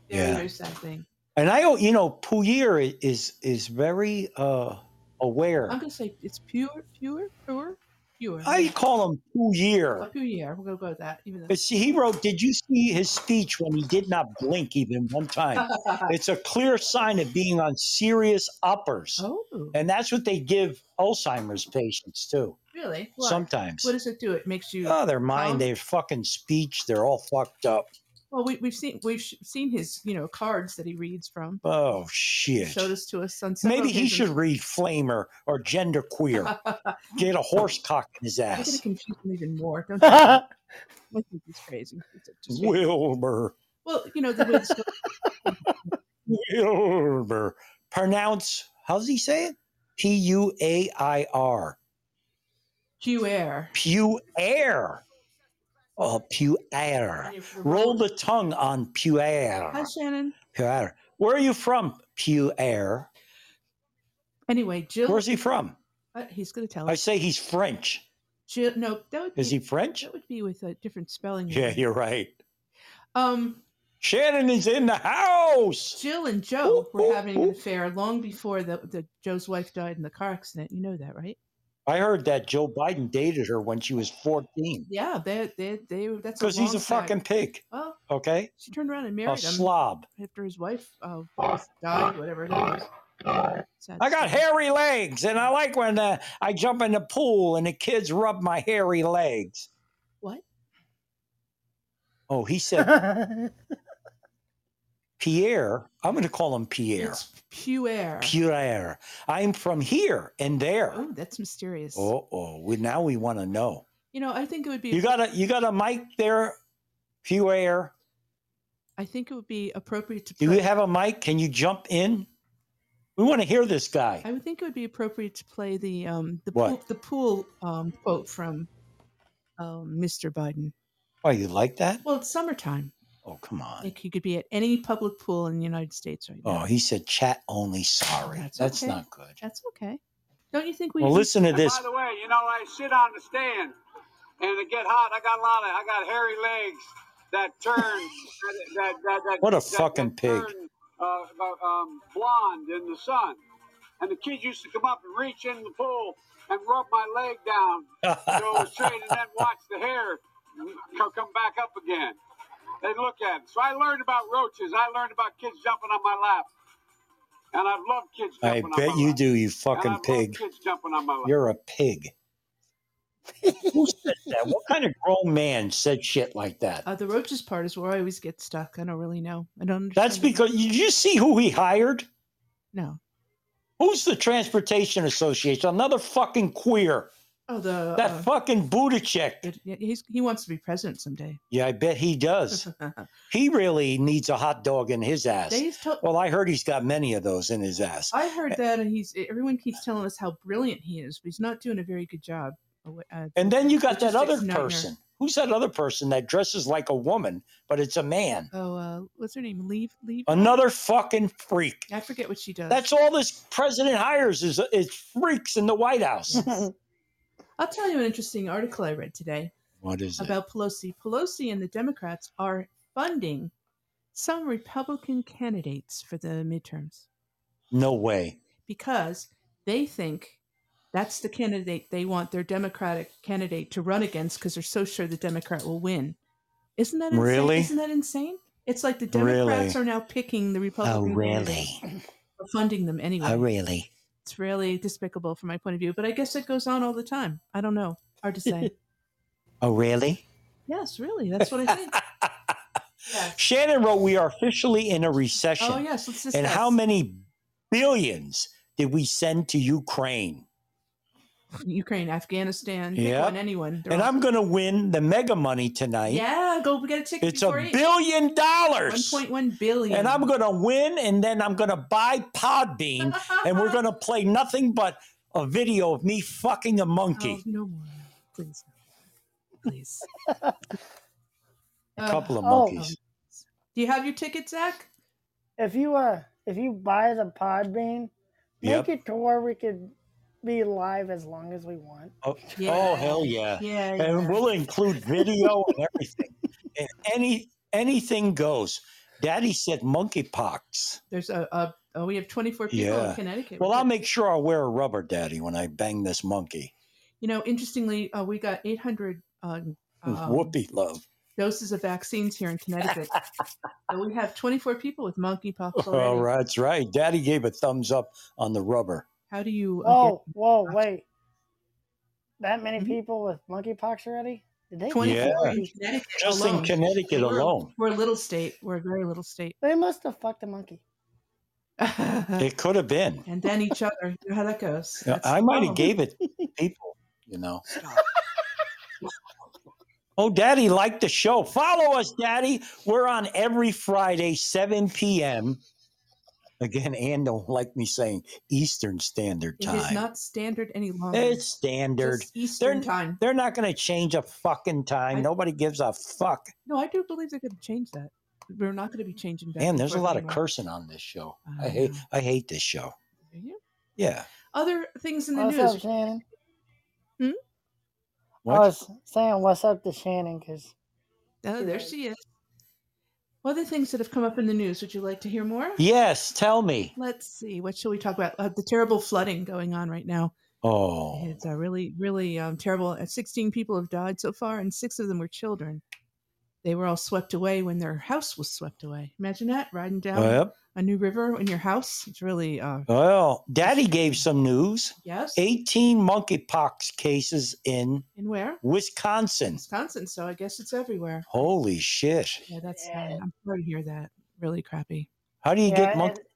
Speaker 3: Very,
Speaker 2: Yeah.
Speaker 3: very sad thing.
Speaker 2: And I, don't- you know, Puyer i- is is very uh aware.
Speaker 3: I'm gonna say it's pure, pure, pure, pure.
Speaker 2: I call him Puyer.
Speaker 3: a pure year. We're gonna go with that. Even though
Speaker 2: But see, he wrote, Did you see his speech when he did not blink even one time? it's a clear sign of being on serious uppers.
Speaker 3: oh,
Speaker 2: And that's what they give Alzheimer's patients too,
Speaker 3: really? What?
Speaker 2: sometimes.
Speaker 3: what does it do? It makes you.
Speaker 2: oh, their mind,
Speaker 3: Um,
Speaker 2: their fucking speech, they're all fucked up.
Speaker 3: well, we, we've seen we've sh- seen his you know cards that he reads from.
Speaker 2: Oh, shit.
Speaker 3: Showed us to us on several
Speaker 2: Maybe he should
Speaker 3: occasions.
Speaker 2: read Flamer or Gender Queer. Get a horse cock in his
Speaker 3: You're gonna
Speaker 2: ass.
Speaker 3: confuse him even more. Don't you? I
Speaker 6: That's
Speaker 3: think he's crazy. It's just-
Speaker 2: Wilbur.
Speaker 3: well, you know the way the
Speaker 2: Wilbur. Pronounce, how does he say it? P U A I R.
Speaker 3: Q air.
Speaker 2: Pew air. Oh, pew air. Roll the tongue on pew air.
Speaker 3: Hi, Shannon.
Speaker 2: Pew air. Where are you from, pew air?
Speaker 3: Anyway, Jill.
Speaker 2: Where's he from?
Speaker 3: uh, he's going to tell
Speaker 2: I
Speaker 3: us.
Speaker 2: say he's French.
Speaker 3: Jill, no, that would
Speaker 2: Is
Speaker 3: be,
Speaker 2: he French?
Speaker 3: That would be with a different spelling.
Speaker 2: Yeah, you're right.
Speaker 3: Um,
Speaker 2: Shannon is in the house.
Speaker 3: Jill and Joe
Speaker 2: Ooh,
Speaker 3: were
Speaker 2: ooh,
Speaker 3: having an
Speaker 2: ooh.
Speaker 3: affair long before the, the Joe's wife died in the car accident. You know that, right?
Speaker 2: I heard that Joe Biden dated her when she was 14
Speaker 3: Yeah, they they they. That's
Speaker 2: because he's
Speaker 3: long
Speaker 2: a
Speaker 3: time.
Speaker 2: fucking pig.
Speaker 3: Well,
Speaker 2: Okay,
Speaker 3: she turned around and
Speaker 2: a
Speaker 3: married him
Speaker 2: slob.
Speaker 3: after his wife uh, was- died, whatever that was. Sad
Speaker 2: I got
Speaker 3: story.
Speaker 2: hairy legs, and I like when uh, I jump in the pool and the kids rub my hairy legs.
Speaker 3: What?
Speaker 2: Oh, he said Pierre. I'm going to call him Pierre.
Speaker 3: It's pure air.
Speaker 2: Pierre. I'm from here and there.
Speaker 3: Oh, that's mysterious.
Speaker 2: Oh, oh. We, now we want to know.
Speaker 3: You know, I think it would be.
Speaker 2: You got a you got a mic there, Pierre.
Speaker 3: I think it would be appropriate to.
Speaker 2: Do
Speaker 3: play-
Speaker 2: you have a mic? Can you jump in? We want to hear this guy.
Speaker 3: I would think it would be appropriate to play the um the
Speaker 2: What?
Speaker 3: pool, the pool um quote from um Mr. Biden.
Speaker 2: Why Oh, you like that?
Speaker 3: Well, it's summertime.
Speaker 2: Oh, come on.
Speaker 3: Like you could be at any public pool in the United States right now.
Speaker 2: Oh, he said chat only. Sorry,
Speaker 3: That's
Speaker 2: that's,
Speaker 3: okay.
Speaker 2: not good.
Speaker 3: That's okay. Don't you think we?
Speaker 2: Well,
Speaker 3: should-
Speaker 2: listen to this.
Speaker 7: By the way, you know I sit on the stand, and it get hot. I got a lot of, I got hairy legs that turn that that that.
Speaker 2: What a
Speaker 7: that- that
Speaker 2: fucking pig.
Speaker 7: turn, uh, uh, um, blonde in the sun, and the kids used to come up and reach in the pool and rub my leg down, go straight, and then watch the hair co- come back up again. They look at it. So I learned about roaches. I learned about kids jumping on my lap, and I love kids
Speaker 2: I
Speaker 7: jumping on my lap.
Speaker 2: bet you do, you
Speaker 7: And I
Speaker 2: fucking
Speaker 7: love
Speaker 2: pig.
Speaker 7: kids jumping on my lap.
Speaker 2: You're a pig. Who said that? What kind of grown man said shit like that?
Speaker 3: uh, the roaches part is where I always get stuck. I don't really know. I don't. Understand
Speaker 2: That's because you, you see who he hired?
Speaker 3: no.
Speaker 2: Who's the Transportation Association? Another fucking queer.
Speaker 3: Oh, the
Speaker 2: That
Speaker 3: uh,
Speaker 2: fucking Budacek.
Speaker 3: it- yeah, he's, he wants to be president someday.
Speaker 2: Yeah, I bet he does. he really needs a hot dog in his ass.
Speaker 3: They Oh, to-
Speaker 2: Well, I heard he's got many of those in his ass.
Speaker 3: I heard that, and he's everyone keeps telling us how brilliant he is, but he's not doing a very good job. awa- Uh,
Speaker 2: And then you got
Speaker 3: Logistics
Speaker 2: that other
Speaker 3: nightmare.
Speaker 2: person. Who's that other person that dresses like a woman, but it's a man?
Speaker 3: oh, uh, what's her name? Leave, leave.
Speaker 2: Another fucking freak.
Speaker 3: I forget what she does.
Speaker 2: Uh, That's all this president hires is, is freaks in the White House.
Speaker 3: I'll tell you an interesting article I read today
Speaker 2: What is it?
Speaker 3: about Pelosi. Pelosi and the Democrats are funding some Republican candidates for the midterms
Speaker 2: No way.
Speaker 3: because they think that's the candidate they want their Democratic candidate to run against because they're so sure the Democrat will win. Isn't that insane?
Speaker 2: Really?
Speaker 3: Isn't that insane? It's like the
Speaker 2: Really? Oh,
Speaker 3: Democrats are now picking the Republican. candidates. We're funding them anyway.
Speaker 2: really?
Speaker 3: it's Oh, really despicable from my point of view, but I guess it goes on all the time. I don't know. Hard to say.
Speaker 2: Oh, really?
Speaker 3: yes, really. That's what I think. Yes.
Speaker 2: Shannon wrote, "We are officially in a recession."
Speaker 3: Oh yes, let's discuss.
Speaker 2: and how many billions did we send to Ukraine?
Speaker 3: Ukraine, Afghanistan,
Speaker 2: Yep.
Speaker 3: yeah, anyone. They're
Speaker 2: and
Speaker 3: all-
Speaker 2: I'm going to win the mega money tonight.
Speaker 3: yeah, go get a ticket.
Speaker 2: it's a billion
Speaker 3: One
Speaker 2: dollars.
Speaker 3: point one billion.
Speaker 2: And I'm going to win, and then I'm going to buy Podbean, and we're going to play nothing but a video of me fucking a monkey.
Speaker 3: Oh, no more. Please. no. Please. Uh,
Speaker 2: a couple of
Speaker 6: oh.
Speaker 2: monkeys.
Speaker 3: Do you have your ticket, Zach?
Speaker 6: If you uh, if you buy the pod bean,
Speaker 2: Yep.
Speaker 6: make it to where we could be live as long as we want.
Speaker 2: Oh,
Speaker 3: Yeah.
Speaker 2: oh, hell yeah. Um,
Speaker 3: Yeah.
Speaker 2: And we'll include video and everything. And any anything goes. Daddy said monkeypox.
Speaker 3: There's a, a oh, we have 24 people
Speaker 2: Yeah.
Speaker 3: in Connecticut.
Speaker 2: Well,
Speaker 3: We
Speaker 2: I'll
Speaker 3: got-
Speaker 2: make sure I'll wear a rubber daddy when I bang this monkey.
Speaker 3: You know, interestingly, uh, we got 800 uh, um,
Speaker 2: Whoopee love.
Speaker 3: doses of vaccines here in Connecticut, and we have 24 people with monkeypox already.
Speaker 2: Oh, that's right. Daddy gave a thumbs up on the rubber.
Speaker 3: How do you? uh,
Speaker 6: Oh,
Speaker 3: get-
Speaker 6: whoa, wait. That many
Speaker 2: Mm-hmm.
Speaker 3: Mhm.
Speaker 6: people with monkeypox already? Did they?
Speaker 3: 24
Speaker 2: Yeah.
Speaker 3: in Connecticut
Speaker 2: Just
Speaker 3: alone.
Speaker 2: in Connecticut
Speaker 3: We're-
Speaker 2: alone.
Speaker 3: We're a little state. We're a very little state.
Speaker 6: They must have fucked a monkey.
Speaker 3: and
Speaker 2: It could have been.
Speaker 3: then each other. You know how that goes.
Speaker 2: Yeah,
Speaker 3: Uh, That's-
Speaker 2: I might
Speaker 3: oh.
Speaker 2: have gave it to people, you know. oh, Daddy liked the show. Follow us, Daddy. We're on every Friday, 7 p.m. Again, Ann don't like me saying Eastern Standard
Speaker 3: It is
Speaker 2: Time.
Speaker 3: not standard any longer.
Speaker 2: it's standard.
Speaker 3: Just Eastern
Speaker 2: They're-
Speaker 3: time.
Speaker 2: They're not going to change a fucking time.
Speaker 3: I-
Speaker 2: Nobody gives a fuck.
Speaker 3: No, I do believe they're going to change that. We're not going to be changing that.
Speaker 2: Man, there's a lot of cursing on this show. I
Speaker 3: I
Speaker 2: hate.
Speaker 3: know.
Speaker 2: I hate this show. Yeah.
Speaker 3: Other things in the
Speaker 6: What's up,
Speaker 3: news.
Speaker 6: Shannon?
Speaker 2: What?
Speaker 6: I was saying what's up to Shannon because
Speaker 3: Oh, there she is. Other things that have come up in the news. Would you like to hear more?
Speaker 2: yes. Tell me.
Speaker 3: Let's see. What shall we talk about? Uh, the terrible flooding going on right now.
Speaker 2: Oh.
Speaker 3: It's uh, really, really um, terrible. Uh, 16 people have died so far, and six of them were children. They were all swept away when their house was swept away. Imagine that riding down
Speaker 2: Yep.
Speaker 3: a new river in your house. It's really, uh,
Speaker 2: Well, Daddy gave some news.
Speaker 3: yes.
Speaker 2: 18 monkeypox cases in
Speaker 3: And where?
Speaker 2: Wisconsin.
Speaker 3: Wisconsin. So I guess it's everywhere.
Speaker 2: Holy shit.
Speaker 3: Yeah, that's
Speaker 6: Yeah.
Speaker 3: sad. I'm sorry to hear that. Really crappy.
Speaker 2: How do you get
Speaker 6: yeah,
Speaker 2: monkey?
Speaker 6: it,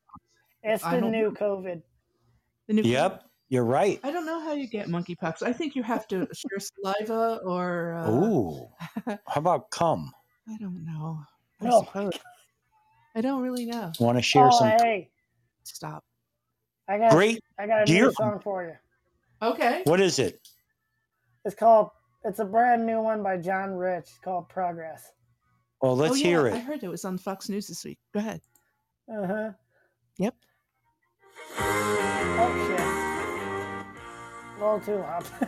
Speaker 6: it's
Speaker 3: I
Speaker 6: the
Speaker 3: don't-
Speaker 6: new COVID.
Speaker 3: The new
Speaker 2: Yep, you're right.
Speaker 3: I don't know how you get monkeypox. I think you have to share saliva or uh,
Speaker 2: Ooh. How about cum?
Speaker 3: I don't know. I
Speaker 2: Oh,
Speaker 6: No.
Speaker 3: suppose. I don't really know.
Speaker 2: Want to share
Speaker 6: oh,
Speaker 2: some
Speaker 6: hey,
Speaker 3: Stop.
Speaker 6: I got
Speaker 2: great?
Speaker 6: I got a
Speaker 2: dear-
Speaker 6: new song for you.
Speaker 3: Okay.
Speaker 2: What is it?
Speaker 6: It's called. It's a brand new one by John Rich. It's called Progress.
Speaker 2: Well, let's
Speaker 3: Oh, yeah,
Speaker 2: hear
Speaker 3: I
Speaker 2: it.
Speaker 3: heard it was on Fox News this week. Go ahead.
Speaker 6: Uh huh.
Speaker 3: Yep.
Speaker 6: Oh shit. A little too loud.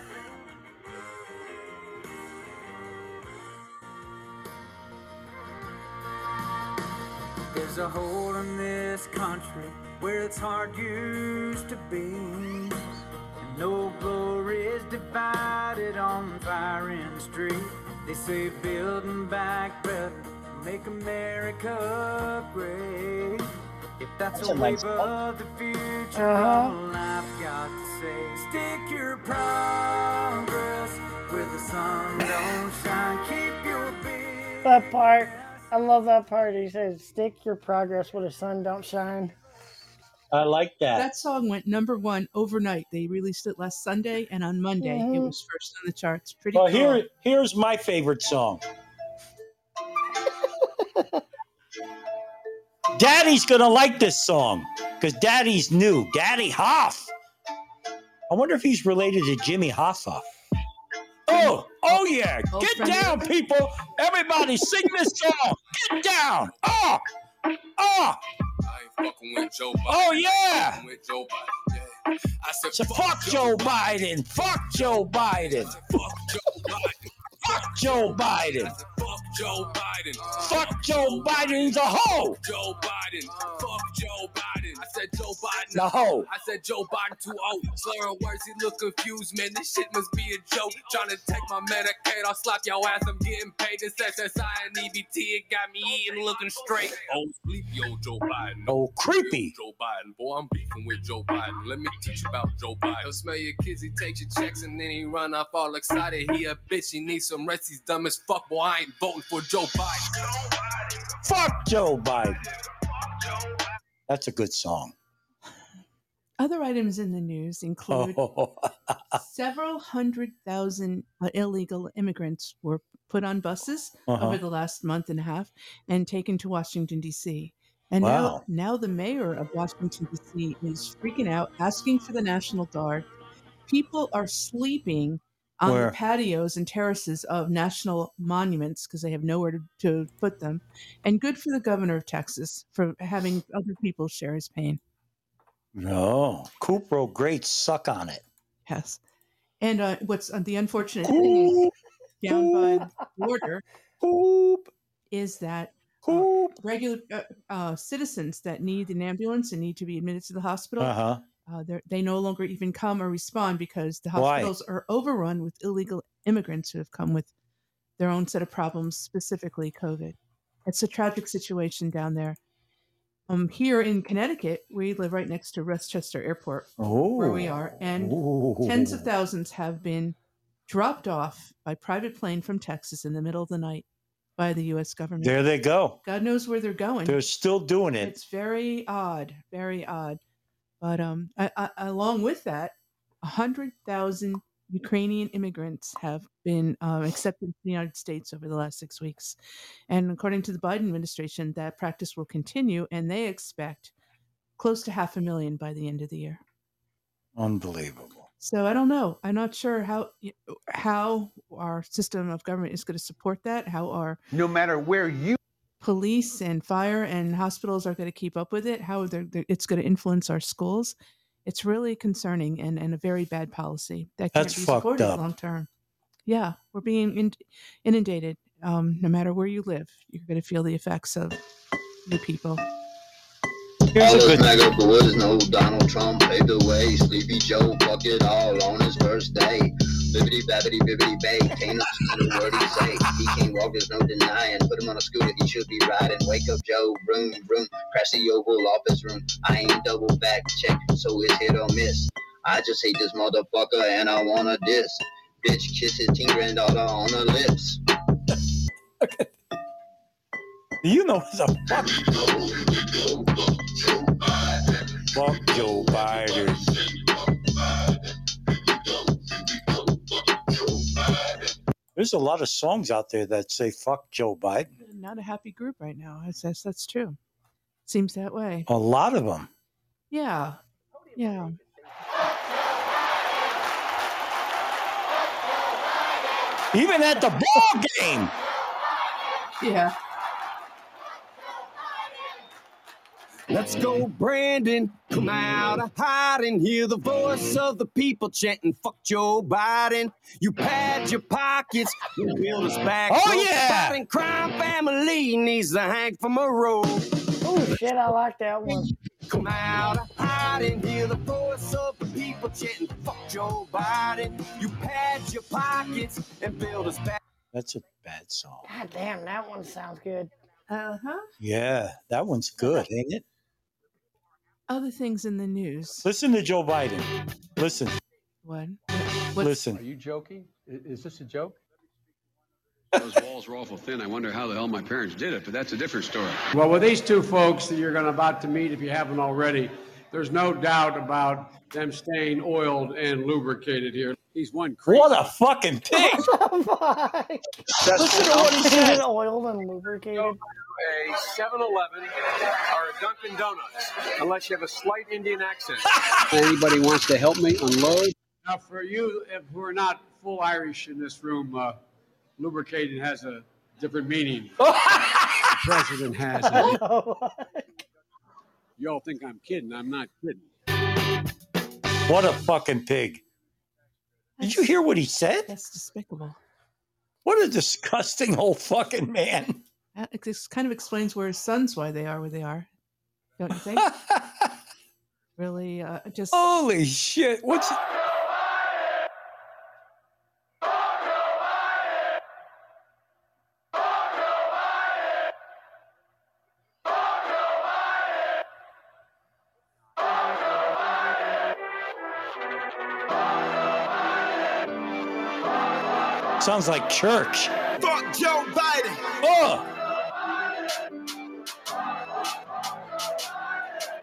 Speaker 8: There's a hole in this country where it's hard used to be. And no glory is divided on fire in the street. They say building back better, make America great. If that's,
Speaker 2: That's
Speaker 8: a
Speaker 2: a nice
Speaker 8: wave of the future,
Speaker 6: Uh-huh.
Speaker 8: all I've got to say, stick your progress where the sun don't shine. Keep your big
Speaker 6: that part. I love that part. He says, "Stick your progress where the sun don't shine."
Speaker 2: I like that.
Speaker 3: That song went number one overnight. They released it last Sunday, and on Monday it
Speaker 6: Mhm.
Speaker 3: was first on the charts. Pretty
Speaker 2: Mm-hmm. Well,
Speaker 3: cool.
Speaker 2: here, here's my favorite song. Daddy's gonna like this song because Daddy's new. Daddy Hoff. I wonder if he's related to Jimmy Hoffa. Oh, oh yeah!
Speaker 3: Oh,
Speaker 2: Get
Speaker 3: friend.
Speaker 2: down, people! Everybody, sing this song. Get down! Oh, oh!
Speaker 9: I ain't fucking with Joe Biden.
Speaker 2: Oh, yeah.
Speaker 9: Fucking with Joe Biden. Yeah. I said,
Speaker 2: So fuck Joe Biden. Fuck Joe Biden.
Speaker 9: Fuck Joe Biden.
Speaker 2: Fuck Joe Biden.
Speaker 9: Fuck Joe Biden.
Speaker 2: Fuck Joe Biden's a hoe.
Speaker 9: Joe Biden. Fuck Joe Biden. I said Joe Biden.
Speaker 2: The hoe.
Speaker 9: I said Joe Biden too old. Slurring words, he look confused, man. This shit must be a joke. Trying to take my Medicaid, I'll slap your ass. I'm getting paid. This SSI and EBT, it got me eating, looking straight. Oh, sleep, yo, Joe Biden.
Speaker 2: Oh, creepy.
Speaker 9: Joe Biden, boy, I'm beefing with Joe Biden. Let me teach you about Joe Biden. He'll smell your kids, he takes your checks, and then he run off all excited. He a bitch, he needs some rest. He's dumb as fuck, boy. I ain't voting for Joe Biden.
Speaker 2: Fuck Joe Biden. That's a good song.
Speaker 3: Other items in the news include
Speaker 2: Oh,
Speaker 3: several hundred thousand uh, illegal immigrants were put on buses over
Speaker 2: uh-huh.
Speaker 3: the last month and a half and taken to Washington D.C. And
Speaker 2: Wow.
Speaker 3: now, now the mayor of Washington D.C. is freaking out, asking for the National Guard people are sleeping on
Speaker 2: Where?
Speaker 3: the patios and terraces of national monuments because they have nowhere to, to put them. And good for the governor of Texas for having other people share his pain.
Speaker 2: No. Cupro great suck on it.
Speaker 3: Yes. And uh, what's uh, the unfortunate thing is down by the border is that uh, regular uh, uh, citizens that need an ambulance and need to be admitted to the hospital,
Speaker 2: Uh-huh.
Speaker 3: uh, they're- they no longer even come or respond because the
Speaker 2: Why?
Speaker 3: hospitals are overrun with illegal immigrants who have come with their own set of problems, specifically COVID. It's a tragic situation down there. Um, here in Connecticut, we live right next to Westchester Airport, where we
Speaker 2: Oh.
Speaker 3: are, and
Speaker 2: Ooh.
Speaker 3: tens of thousands have been dropped off by private plane from Texas in the middle of the night by the U.S. government.
Speaker 2: There they go.
Speaker 3: God knows where they're going.
Speaker 2: They're still doing it.
Speaker 3: It's very odd, very odd. But um, I, I, along with that, hundred thousand Ukrainian immigrants have been um, accepted to the United States over the last six weeks, and according to the Biden administration, that practice will continue, and they expect close to half a million by the end of the year.
Speaker 2: Unbelievable.
Speaker 3: So I don't know. I'm not sure how how our system of government is going to support that. How our
Speaker 10: No matter where you
Speaker 3: police and fire and hospitals are going to keep up with it. How they're, they're- it's going to influence our schools. It's really concerning and, and a very bad policy that can't
Speaker 2: That's
Speaker 3: be
Speaker 2: fucked
Speaker 3: supported
Speaker 2: up.
Speaker 3: long term. Yeah, we're being in, inundated. Um, no matter where you live, you're going to feel the effects of new people.
Speaker 11: I was back up the woods and old Donald Trump paved the way. Sleepy Joe fucked it all on his first day. Bibbity babbity bibbity bay. Can't understand a word he say. He can't walk, there's no denying. Put him on a scooter, he should be riding. Wake up Joe, broom, broom. Crash the Oval Office room. I ain't double back check, so it's hit or miss. I just hate this motherfucker and I wanna diss. Bitch kiss his teen granddaughter on her lips.
Speaker 2: You know what the fuck? Fuck Joe Biden. There's a lot of songs out there that say fuck Joe Biden.
Speaker 3: Not a happy group right now. I guess that's true. Seems that way.
Speaker 2: A lot of them.
Speaker 3: Yeah. Yeah.
Speaker 2: Even at the ball game.
Speaker 3: Yeah.
Speaker 8: Let's go, Brandon. Come out of hiding. Hear the voice of the people chanting, fuck Joe Biden. You pad your pockets. You build us back.
Speaker 6: Oh,
Speaker 8: Joe
Speaker 6: yeah.
Speaker 8: Biden crime family needs to hang from a rope.
Speaker 6: Oh shit, I like that one.
Speaker 8: Come out of hiding. Hear the voice of the people chanting, fuck Joe Biden. You pad your pockets and build us back.
Speaker 2: That's a bad song.
Speaker 6: God damn, that one sounds good.
Speaker 3: Uh huh.
Speaker 2: Yeah, that one's good, ain't it?
Speaker 3: Other things in the news.
Speaker 2: Listen to Joe Biden. Listen.
Speaker 3: What?
Speaker 2: Listen.
Speaker 12: you joking? Is this a joke?
Speaker 7: Those walls were awful thin. I wonder how the hell my parents did it, but that's a different story.
Speaker 12: Well, with these two folks that you're going to about to meet, if you haven't already, there's no doubt about them staying oiled and lubricated here. He's one.
Speaker 2: What a fucking pig!
Speaker 12: Listen to what he said.
Speaker 6: Oiled and lubricated.
Speaker 12: A 7-Eleven or a Dunkin' Donuts, unless you have a slight Indian accent.
Speaker 7: Anybody wants to help me unload?
Speaker 12: now, for you if who are not full Irish in this room, uh, lubricated has a different meaning. the president has.
Speaker 7: Oh
Speaker 12: Y'all think I'm kidding? I'm not kidding.
Speaker 2: What a fucking pig. Did you hear what he said?
Speaker 3: That's despicable.
Speaker 2: What a disgusting old fucking man.
Speaker 3: That ex- ex- Uh, kind of explains where his sons why they are where they are, don't you think? really, uh, just
Speaker 2: Holy shit. What's Sounds like church.
Speaker 13: Fuck Joe Biden.
Speaker 2: Oh.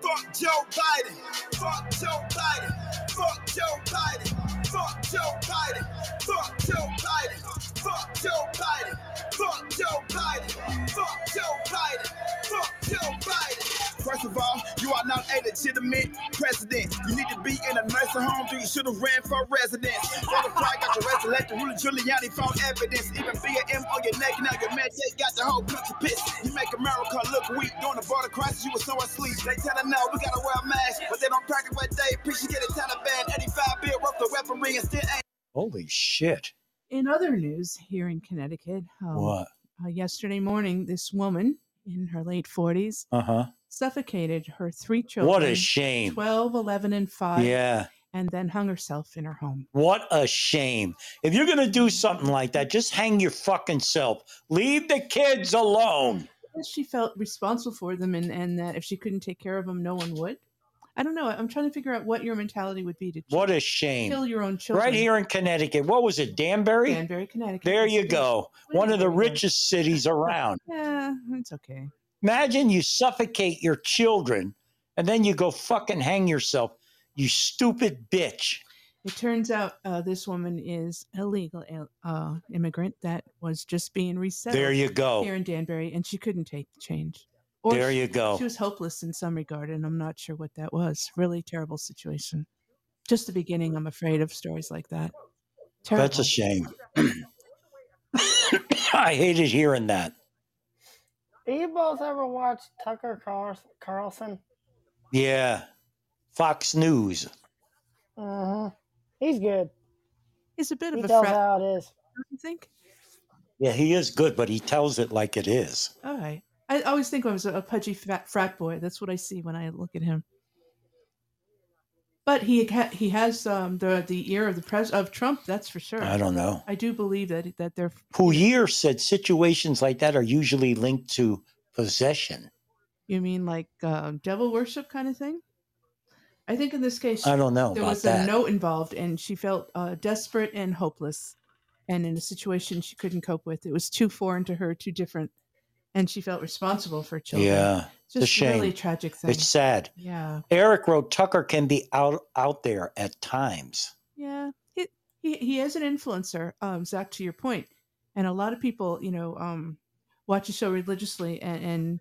Speaker 13: Fuck Joe Biden. Fuck Joe Biden. Fuck Joe Biden. Fuck Joe Biden. Fuck Joe Biden. Fuck Joe Biden. Fuck Joe Biden. Fuck Joe Biden. Fuck Joe Biden. First of all, you are not a legitimate president. You need to be in a nursing home, dude. You should have ran for residence. Butterfly got your resurrection. Rudy Giuliani found evidence. Even be an M on your neck. Now your man take got the whole country pissed. You make America look weak. During the border crisis, you were so asleep. They telling now we gotta wear a mask, but they don't practice what they preach. You get a Taliban, 85 bill, rough the referee, and still ain't.
Speaker 2: Holy shit.
Speaker 3: In other news, here in Connecticut, um,
Speaker 2: What?
Speaker 3: Uh, yesterday morning, this woman in her late 40s
Speaker 2: Uh huh.
Speaker 3: suffocated her three children.
Speaker 2: What a shame.
Speaker 3: 12, 11, and 5.
Speaker 2: Yeah.
Speaker 3: And then hung herself in her home.
Speaker 2: What a shame. If you're going to do something like that, just hang your fucking self. Leave the kids alone.
Speaker 3: That She felt responsible for them and, and that if she couldn't take care of them, no one would. I don't know. I'm trying to figure out what your mentality would be to
Speaker 2: What a shame.
Speaker 3: Kill your own children.
Speaker 2: Right here in Connecticut. What was it, Danbury?
Speaker 3: Danbury, Connecticut.
Speaker 2: There you go. One of the richest cities around.
Speaker 3: Yeah, it's okay.
Speaker 2: Imagine you suffocate your children and then you go fucking hang yourself. You stupid bitch.
Speaker 3: It turns out uh, this woman is illegal uh, immigrant that was just being resettled.
Speaker 2: There you go.
Speaker 3: Here in Danbury, and she couldn't take the change.
Speaker 2: There you
Speaker 3: she-
Speaker 2: go.
Speaker 3: She was hopeless in some regard, and I'm not sure what that was. Really terrible situation. Just the beginning, I'm afraid, of stories like that.
Speaker 2: That's a shame. I hated hearing that.
Speaker 6: Do you both ever watch Tucker Carl- Carlson?
Speaker 2: Yeah. Fox News.
Speaker 6: Uh huh. He's good.
Speaker 3: He's a bit
Speaker 6: he
Speaker 3: of a
Speaker 6: tells
Speaker 3: frat-
Speaker 6: how it is.
Speaker 3: Don't you think?
Speaker 2: Yeah, he is good, but he tells it like it is.
Speaker 3: All right. I always think I was a pudgy fat frat boy. That's what I see when I look at him. But he ha- he has um, the the ear of the pres of Trump. That's for sure.
Speaker 2: I don't know.
Speaker 3: I do believe that that they're
Speaker 2: Poulier said situations like that are usually linked to possession.
Speaker 3: You mean like uh, devil worship kind of thing? I think in this case,
Speaker 2: I don't know
Speaker 3: There
Speaker 2: about
Speaker 3: was
Speaker 2: that.
Speaker 3: a note involved, and she felt uh, desperate and hopeless, and in a situation she couldn't cope with. It was too foreign to her, too different, and she felt responsible for children.
Speaker 2: Yeah. It's
Speaker 3: just
Speaker 2: a shame.
Speaker 3: really tragic thing.
Speaker 2: It's sad.
Speaker 3: Yeah,
Speaker 2: Eric wrote Tucker can be out out there at times.
Speaker 3: yeah. He, he he is an influencer, um, Zach. To your point, and a lot of people, you know, um, watch the show religiously and, and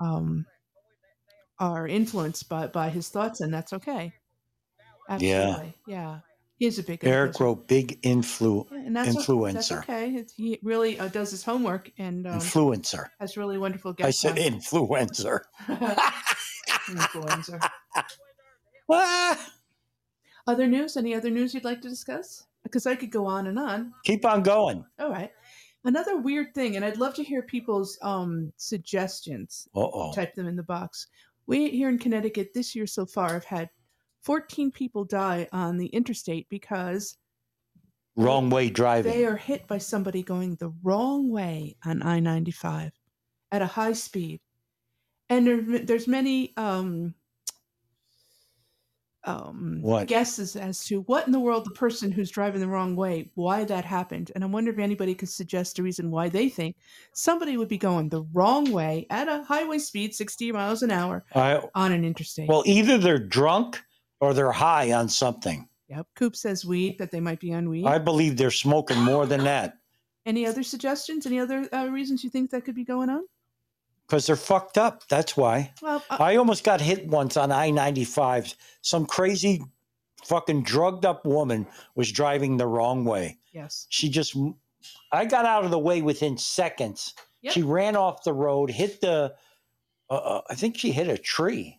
Speaker 3: um, are influenced by by his thoughts, and that's okay. Absolutely, yeah. He is a big
Speaker 2: Eric
Speaker 3: influencer.
Speaker 2: wrote big influ
Speaker 3: Yeah, and that's o- That's
Speaker 2: influencer.
Speaker 3: okay. It's, he really uh, does his homework and um,
Speaker 2: Influencer.
Speaker 3: has really wonderful
Speaker 2: I
Speaker 3: guests.
Speaker 2: said influencer.
Speaker 3: influencer.
Speaker 2: Ah,
Speaker 3: Other news? Any other news you'd like to discuss? Because I could go on and on.
Speaker 2: Keep on going.
Speaker 3: All right. Another weird thing, and I'd love to hear people's um, suggestions.
Speaker 2: Uh-oh.
Speaker 3: Type them in the box. We here in Connecticut this year so far have had 14 people die on the interstate because
Speaker 2: Wrong way driving.
Speaker 3: they are hit by somebody going the wrong way on I 95 at a high speed. And there, there's many um, um,
Speaker 2: What?
Speaker 3: guesses as to what in the world the person who's driving the wrong way, why that happened. And I wonder if anybody could suggest a reason why they think somebody would be going the wrong way at a highway speed, 60 miles an hour,
Speaker 2: I,
Speaker 3: on an interstate.
Speaker 2: well, either they're drunk or they're high on something.
Speaker 3: yep. Coop says weed, that they might be on weed.
Speaker 2: I believe they're smoking more than that
Speaker 3: Any other suggestions? Any other uh, reasons you think that could be going on?
Speaker 2: because they're fucked up. That's why.
Speaker 3: Well, uh,
Speaker 2: I almost got hit once on I 95. Some crazy fucking drugged up woman was driving the wrong way.
Speaker 3: yes.
Speaker 2: She just, I got out of the way within seconds.
Speaker 3: Yep.
Speaker 2: She ran off the road, hit the, uh, uh, I think she hit a tree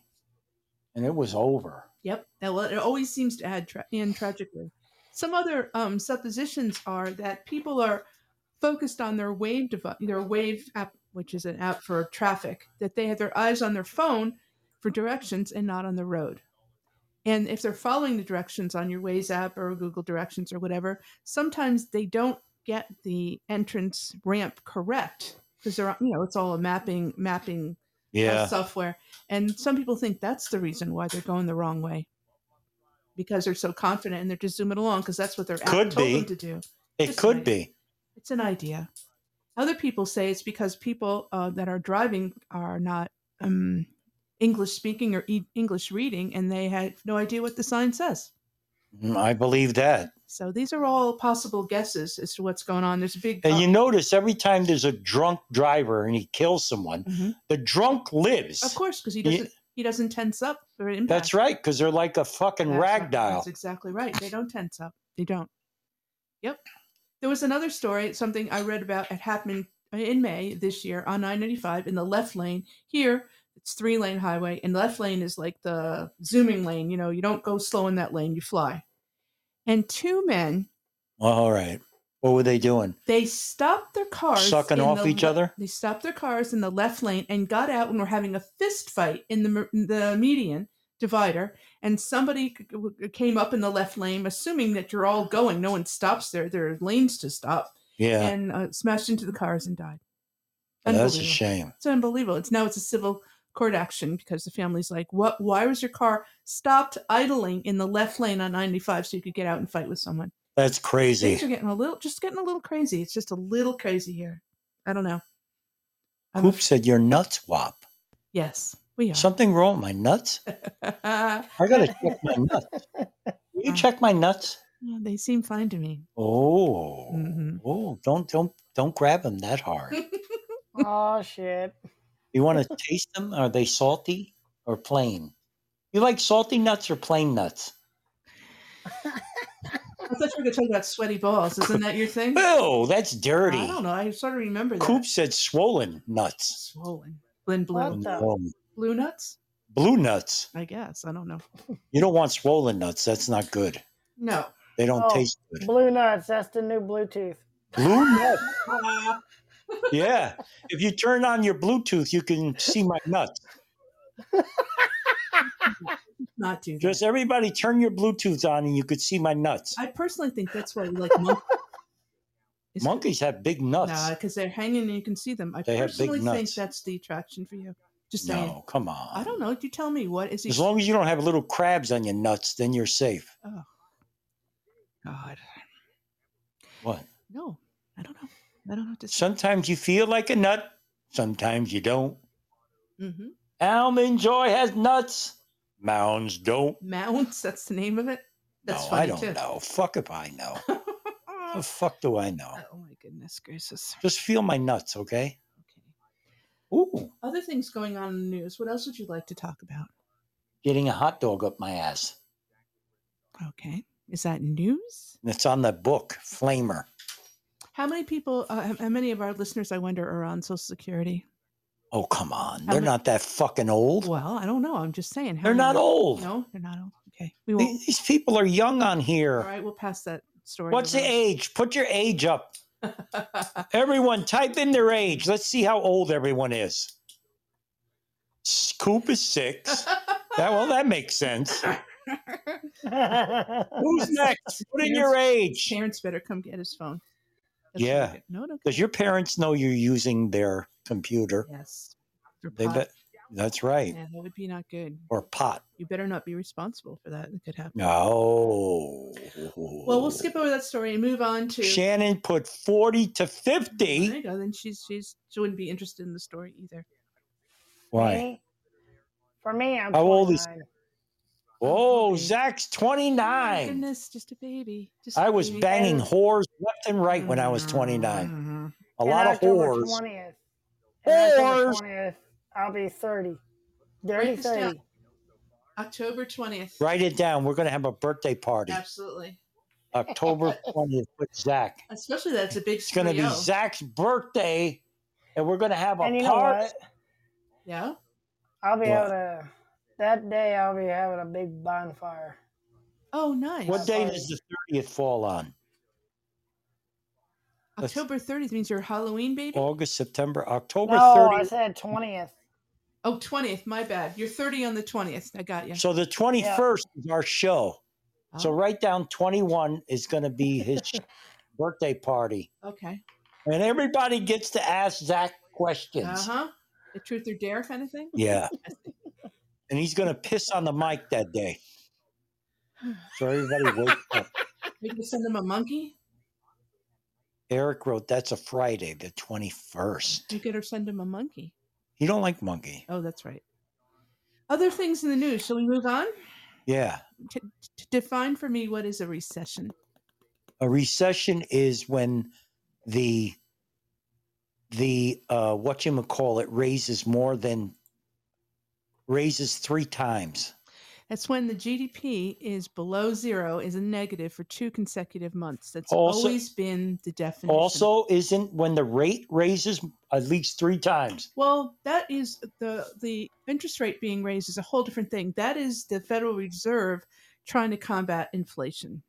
Speaker 2: and it was over.
Speaker 3: Yep. Now, well, it always seems to add tra- in tragically. Some other um, suppositions are that people are focused on their wave device, their wave app, which is an app for traffic, that they have their eyes on their phone for directions and not on the road. And if they're following the directions on your Waze app or Google Directions or whatever, sometimes they don't get the entrance ramp correct because they're you know it's all a mapping mapping uh,
Speaker 2: Yeah.
Speaker 3: software. And some people think that's the reason why they're going the wrong way because they're so confident and they're just zooming along because that's what their app
Speaker 2: Could
Speaker 3: told
Speaker 2: be.
Speaker 3: them to do.
Speaker 2: It
Speaker 3: Just
Speaker 2: could
Speaker 3: like-
Speaker 2: be.
Speaker 3: It's an idea. Other people say it's because people uh, that are driving are not um, English speaking or e- English reading, and they had no idea what the sign says.
Speaker 2: Mm, I believe that.
Speaker 3: So these are all possible guesses as to what's going on. There's a big uh,
Speaker 2: And you notice every time there's a drunk driver and he kills someone, the drunk lives.
Speaker 3: mm-hmm. of course because he
Speaker 2: Ye-
Speaker 3: doesn't he doesn't tense up for an impact.
Speaker 2: That's right, because they're like a fucking
Speaker 3: That's right.
Speaker 2: rag doll.
Speaker 3: That's exactly right. They don't tense up. They don't. Yep. There was another story, something I read about. It happened in May this year on 995 in the left lane. Here, it's three lane highway, and left lane is like the zooming lane. You know, you don't go slow in that lane, you fly. And two men,
Speaker 2: All right. What were they doing?
Speaker 3: they stopped their cars,
Speaker 2: Sucking
Speaker 3: in
Speaker 2: off
Speaker 3: the
Speaker 2: each
Speaker 3: le-
Speaker 2: other?
Speaker 3: They stopped their cars in the left lane and got out and were having a fist fight in the mer- the median divider. And somebody c- c- came up in the left lane, assuming that you're all going. No one stops there. There are lanes to stop.
Speaker 2: Yeah.
Speaker 3: and uh, smashed into the cars and died.
Speaker 2: That's a
Speaker 3: Unbelievable.
Speaker 2: shame.
Speaker 3: It's unbelievable. It's now it's a civil court action because the family's like, what? Why was your car stopped idling in the left lane on 95 so you could get out and fight with someone?
Speaker 2: That's
Speaker 3: Things
Speaker 2: crazy.
Speaker 3: are getting a little, just getting a little crazy. It's just a little crazy here. I don't know.
Speaker 2: Hoop said you're nuts, Wop.
Speaker 3: Yes, we are.
Speaker 2: Something wrong with my nuts?
Speaker 3: I
Speaker 2: I gotta check my nuts.
Speaker 3: Uh.
Speaker 2: Will you check my nuts?
Speaker 3: They seem fine to me. Mm-hmm.
Speaker 2: Oh,
Speaker 3: Mm.
Speaker 2: oh, don't don't don't grab them that hard.
Speaker 6: oh shit.
Speaker 2: You want to taste them? Are they salty or plain? You like salty nuts or plain nuts?
Speaker 3: I thought you were going to talk about sweaty balls. Isn't that your thing?
Speaker 2: Oh, that's dirty.
Speaker 3: I don't know. I sort of remember that.
Speaker 2: Coop said swollen nuts.
Speaker 3: Swollen. Blend blue.
Speaker 2: What the- No.
Speaker 3: Blue nuts?
Speaker 2: Blue nuts.
Speaker 3: I guess. I don't know.
Speaker 2: You don't want swollen nuts. That's not good.
Speaker 3: No.
Speaker 2: They don't
Speaker 6: Oh,
Speaker 2: taste good.
Speaker 6: Blue nuts. That's the new Bluetooth.
Speaker 2: Blue nuts. Yeah. If you turn on your Bluetooth, you can see my nuts.
Speaker 3: Not do that.
Speaker 2: Just everybody turn your Bluetooth on and you could see my nuts.
Speaker 3: I personally think that's why we like monkeys.
Speaker 2: Monkeys have big nuts.
Speaker 3: because they're hanging and you can see them. I
Speaker 2: They have big
Speaker 3: personally think
Speaker 2: nuts.
Speaker 3: that's the attraction for you. Just
Speaker 2: no,
Speaker 3: saying.
Speaker 2: come on.
Speaker 3: I don't know. You tell me what is he?
Speaker 2: As long as you don't have little crabs on your nuts, then you're safe.
Speaker 3: Oh, God.
Speaker 2: What?
Speaker 3: No, I don't know. I don't know what to say.
Speaker 2: Sometimes you feel like a nut, sometimes you don't.
Speaker 3: Mm-hmm.
Speaker 2: Almond Joy has nuts. Mounds don't.
Speaker 3: Mounds. That's the name of it. That's
Speaker 2: no,
Speaker 3: funny
Speaker 2: I don't
Speaker 3: too.
Speaker 2: know. Fuck if I know. the fuck do I know?
Speaker 3: Oh my goodness gracious.
Speaker 2: Just feel my nuts, okay? Ooh,
Speaker 3: Other things going on in the news. What else would you like to talk about?
Speaker 2: getting a hot dog up my ass.
Speaker 3: Okay. Is that news?
Speaker 2: And it's on the book, Flamer.
Speaker 3: How many people? Uh, how- how many of our listeners, I wonder, are on Social Security?
Speaker 2: Oh, come on.
Speaker 3: How
Speaker 2: They're
Speaker 3: ma-
Speaker 2: not that fucking old.
Speaker 3: Well, I don't know. I'm just saying. how
Speaker 2: They're
Speaker 3: many-
Speaker 2: not old.
Speaker 3: No, they're not old. Okay. We won't.
Speaker 2: These these people are young on here.
Speaker 3: All right, we'll pass that story.
Speaker 2: What's the
Speaker 3: over.
Speaker 2: age? Put your age up.
Speaker 3: Uh,
Speaker 2: everyone, type in their age. Let's see how old everyone is. Scoop is six. that, well, that makes sense.
Speaker 3: Who's
Speaker 2: next? Put in your age.
Speaker 3: Terrence better come get his phone.
Speaker 2: yeah.
Speaker 3: No, no.
Speaker 2: Because your parents know you're using their computer.
Speaker 3: Yes.
Speaker 2: They
Speaker 3: pot.
Speaker 2: bet that's right.
Speaker 3: Yeah, that would be not good.
Speaker 2: Or pot.
Speaker 3: You better not be responsible for that. It could happen.
Speaker 2: No.
Speaker 3: Well, we'll skip over that story and move on to
Speaker 2: Shannon put 40 to
Speaker 3: There
Speaker 2: 50.
Speaker 3: you go. Then she's she's she wouldn't be interested in the story either.
Speaker 2: Why?
Speaker 6: Me? For me, I'm
Speaker 2: How old is-
Speaker 6: 29.
Speaker 2: Oh, Zach's
Speaker 3: Oh My
Speaker 6: Oh,
Speaker 2: 29.
Speaker 3: goodness, just a baby. Just a
Speaker 2: I was
Speaker 3: baby. Mm-hmm.
Speaker 2: banging whores left and right when I was 29. A lot
Speaker 6: And
Speaker 2: of
Speaker 6: October
Speaker 2: whores.
Speaker 6: 20th. And October
Speaker 2: Whores.
Speaker 6: 20th, I'll be 30.
Speaker 3: Write
Speaker 6: Dirty
Speaker 3: this down.
Speaker 6: 30.
Speaker 3: October twentieth.
Speaker 2: Write it down. We're going to have a birthday party
Speaker 3: Absolutely.
Speaker 2: October 20th with Zach.
Speaker 3: Especially that's a big.
Speaker 2: It's going to be Zach's birthday, and we're going to have a
Speaker 6: And you know
Speaker 2: party.
Speaker 6: what?
Speaker 3: Yeah.
Speaker 6: I'll be
Speaker 2: What?
Speaker 6: having a that day. I'll be having a big bonfire.
Speaker 3: Oh, nice.
Speaker 2: What day does the 30th fall on? That's
Speaker 3: October thirtieth means your Halloween baby.
Speaker 2: August, September, October
Speaker 6: No, I
Speaker 2: 30th.
Speaker 6: said twentieth.
Speaker 3: Oh, 20th. My bad. You're 30 on the 20th. I got you.
Speaker 2: So the 21st is our show.
Speaker 6: Oh.
Speaker 2: So write down 21 is going to be his birthday party.
Speaker 3: Okay.
Speaker 2: And everybody gets to ask Zach questions.
Speaker 3: Uh huh. The truth or dare kind of thing.
Speaker 2: Yeah. And he's going to piss on the mic that day. So everybody wake up.
Speaker 3: We can send them a monkey.
Speaker 2: Eric wrote, that's a Friday, the 21st.
Speaker 3: You could have send them a monkey.
Speaker 2: You don't like monkey.
Speaker 3: Oh, that's right. Other things in the news. Shall we move on?
Speaker 2: Yeah.
Speaker 3: T- t- define for me what is a recession.
Speaker 2: A recession is when the the uh, what you call it raises more than raises three times.
Speaker 3: That's when the GDP is below zero, is a negative for two consecutive months. That's
Speaker 2: Also-
Speaker 3: always been the definition.
Speaker 2: Also, isn't when the rate raises at least three times.
Speaker 3: Well, that is the the interest rate being raised is a whole different thing. That is the Federal Reserve trying to combat inflation.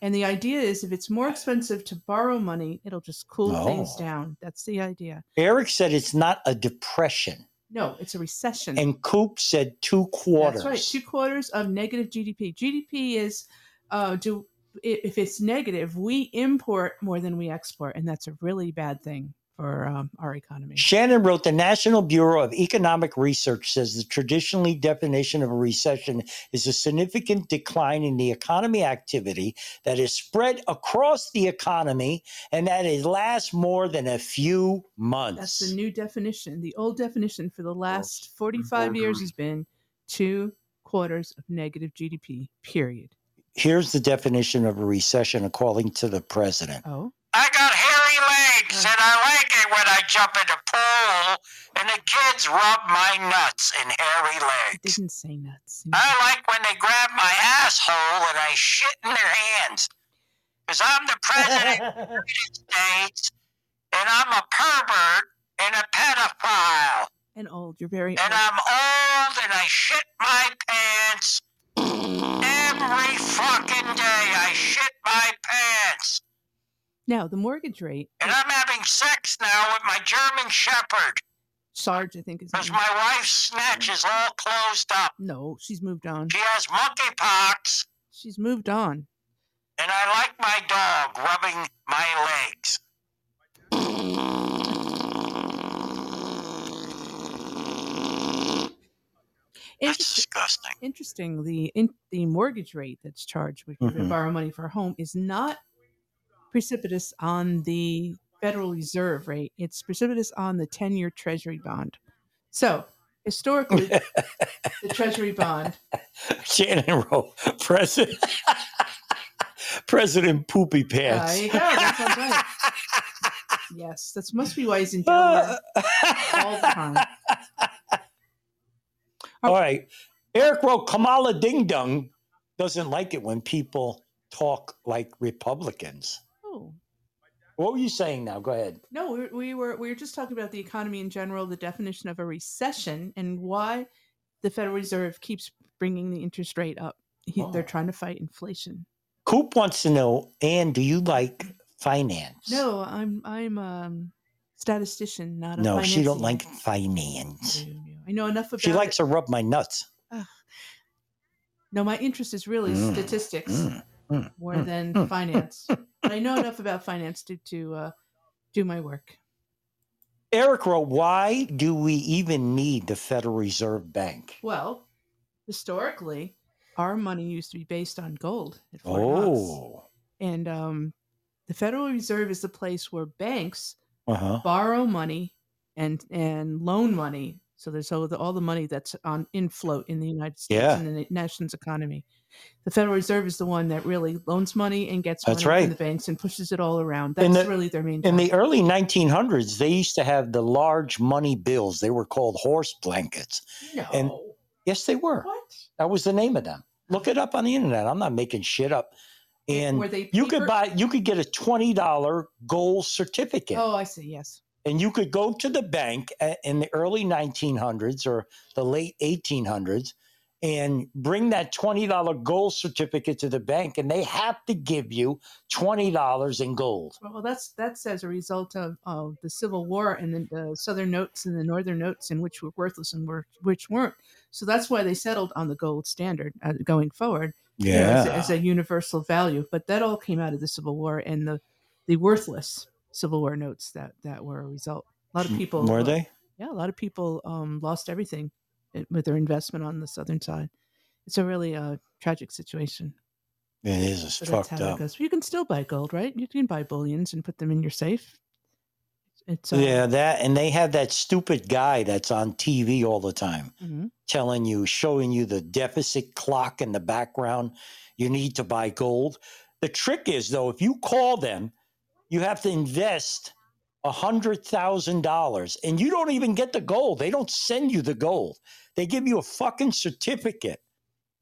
Speaker 3: And the idea is if it's more expensive to borrow money, it'll just cool things
Speaker 2: Oh.
Speaker 3: down. That's the idea.
Speaker 2: Eric said it's not a depression,
Speaker 3: No, it's a recession.
Speaker 2: and Coop said two quarters.
Speaker 3: Mm. That's right. Two quarters of negative GDP. GDP is uh, do i- if it's negative, we import more than we export, and that's a really bad thing for um, our economy.
Speaker 2: Shannon wrote the National Bureau of Economic Research says the traditionally definition of a recession is a significant decline in the economy activity that is spread across the economy and that it lasts more than a few months.
Speaker 3: That's the new definition. The old definition for the last 45 years has been two quarters of negative GDP, period.
Speaker 2: Here's the definition of a recession according to the president.
Speaker 3: Oh.
Speaker 14: I got hairy legs and I like it when I jump in the pool and the kids rub my nuts and hairy legs.
Speaker 3: Didn't say nuts.
Speaker 14: I like when they grab my asshole and I shit in their hands. Because I'm the president of the United States and I'm a pervert and a pedophile.
Speaker 3: And old. You're very
Speaker 14: And
Speaker 3: old.
Speaker 14: uh, I'm old and I shit my pants every fucking day. I shit my pants.
Speaker 3: Now, the mortgage rate,
Speaker 14: And I'm having sex now with my German Shepherd.
Speaker 3: Sarge, I think is.
Speaker 14: Because my wife's snatch is all closed up.
Speaker 3: No, she's moved on.
Speaker 14: She has monkeypox,
Speaker 3: She's moved on.
Speaker 14: and I like my dog rubbing my legs.
Speaker 3: Interest-
Speaker 14: disgusting.
Speaker 3: Interesting. The in, the mortgage rate that's charged when you
Speaker 14: Mhm.
Speaker 3: borrow money for a home is not precipitous on the Federal Reserve rate. It's precipitous on the ten year Treasury bond. So historically, the Treasury bond. uh,
Speaker 2: Shannon wrote President President Poopy Pants.
Speaker 3: There you go. That sounds right. yes, that must be why he's in
Speaker 2: Uh,
Speaker 3: Delaware all the time.
Speaker 2: All right. Eric wrote Kamala Ding Dong doesn't like it when people talk like Republicans.
Speaker 3: Oh.
Speaker 2: What were you saying now? Go ahead.
Speaker 3: No, we, we were we were just talking about the economy in general, the definition of a recession, and why the Federal Reserve keeps bringing the interest rate up. He, They're trying to fight inflation.
Speaker 2: Coop wants to know, Ann, do you like finance?
Speaker 3: No, I'm I'm um statistician, not a
Speaker 2: No, she don't
Speaker 3: financier.
Speaker 2: like finance.
Speaker 3: I know enough about.
Speaker 2: She likes
Speaker 3: it.
Speaker 2: to rub my nuts.
Speaker 3: No, my interest is really
Speaker 2: Mm,
Speaker 3: statistics
Speaker 2: mm, mm,
Speaker 3: more
Speaker 2: mm,
Speaker 3: than
Speaker 2: mm,
Speaker 3: finance. but I know enough about finance to to uh, do my work.
Speaker 2: Eric wrote, why do we even need the Federal Reserve Bank?
Speaker 3: Well, historically, our money used to be based on gold at Fort Knox.
Speaker 2: Oh.
Speaker 3: And um, the Federal Reserve is the place where banks
Speaker 2: Uh-huh.
Speaker 3: borrow money and and loan money. So there's all the, all the money that's on in float in the United States
Speaker 2: Yeah.
Speaker 3: and in the nation's economy. The Federal Reserve is the one that really loans money and gets
Speaker 2: That's
Speaker 3: money
Speaker 2: right.
Speaker 3: from the banks and pushes it all around. That's
Speaker 2: In the-
Speaker 3: really their main.
Speaker 2: In
Speaker 3: job.
Speaker 2: the early 1900s, they used to have the large money bills. They were called horse blankets. And yes, they were.
Speaker 3: What?
Speaker 2: That was the name of them. Look it up on the internet. I'm not making shit up. And
Speaker 3: were they
Speaker 2: you could
Speaker 3: paper-
Speaker 2: buy, you could get a twenty dollar gold certificate,
Speaker 3: oh, I see. Yes.
Speaker 2: and you could go to the bank a- in the early 1900s or the late 1800s, and bring that twenty dollar gold certificate to the bank, and they have to give you twenty dollars in gold.
Speaker 3: Well, that's that's as a result of, of the Civil War and the, the Southern notes and the Northern notes, and which were worthless and were, which weren't. So that's why they settled on the gold standard uh, going forward. you know, as,
Speaker 2: Yeah.
Speaker 3: as a universal value. But that all came out of the Civil War and the the worthless Civil War notes that that were a result. A lot of
Speaker 2: M-
Speaker 3: people
Speaker 2: were
Speaker 3: uh,
Speaker 2: they?
Speaker 3: Yeah, a lot of people um, lost everything i- with their investment on the Southern side. It's a really uh, tragic situation.
Speaker 2: It is. It's
Speaker 3: But
Speaker 2: fucked
Speaker 3: that
Speaker 2: up.
Speaker 3: goes. You can still buy gold, right? You can buy bullions and put them in your safe. It's uh,
Speaker 2: yeah, that and they have that stupid guy that's on TV all the time
Speaker 3: mhm.
Speaker 2: telling you, showing you the deficit clock in the background. You need to buy gold. The The trick is though, if you call them, you have to invest a hundred thousand dollars, and you don't even get the gold. They don't send you the gold. They give you a fucking certificate,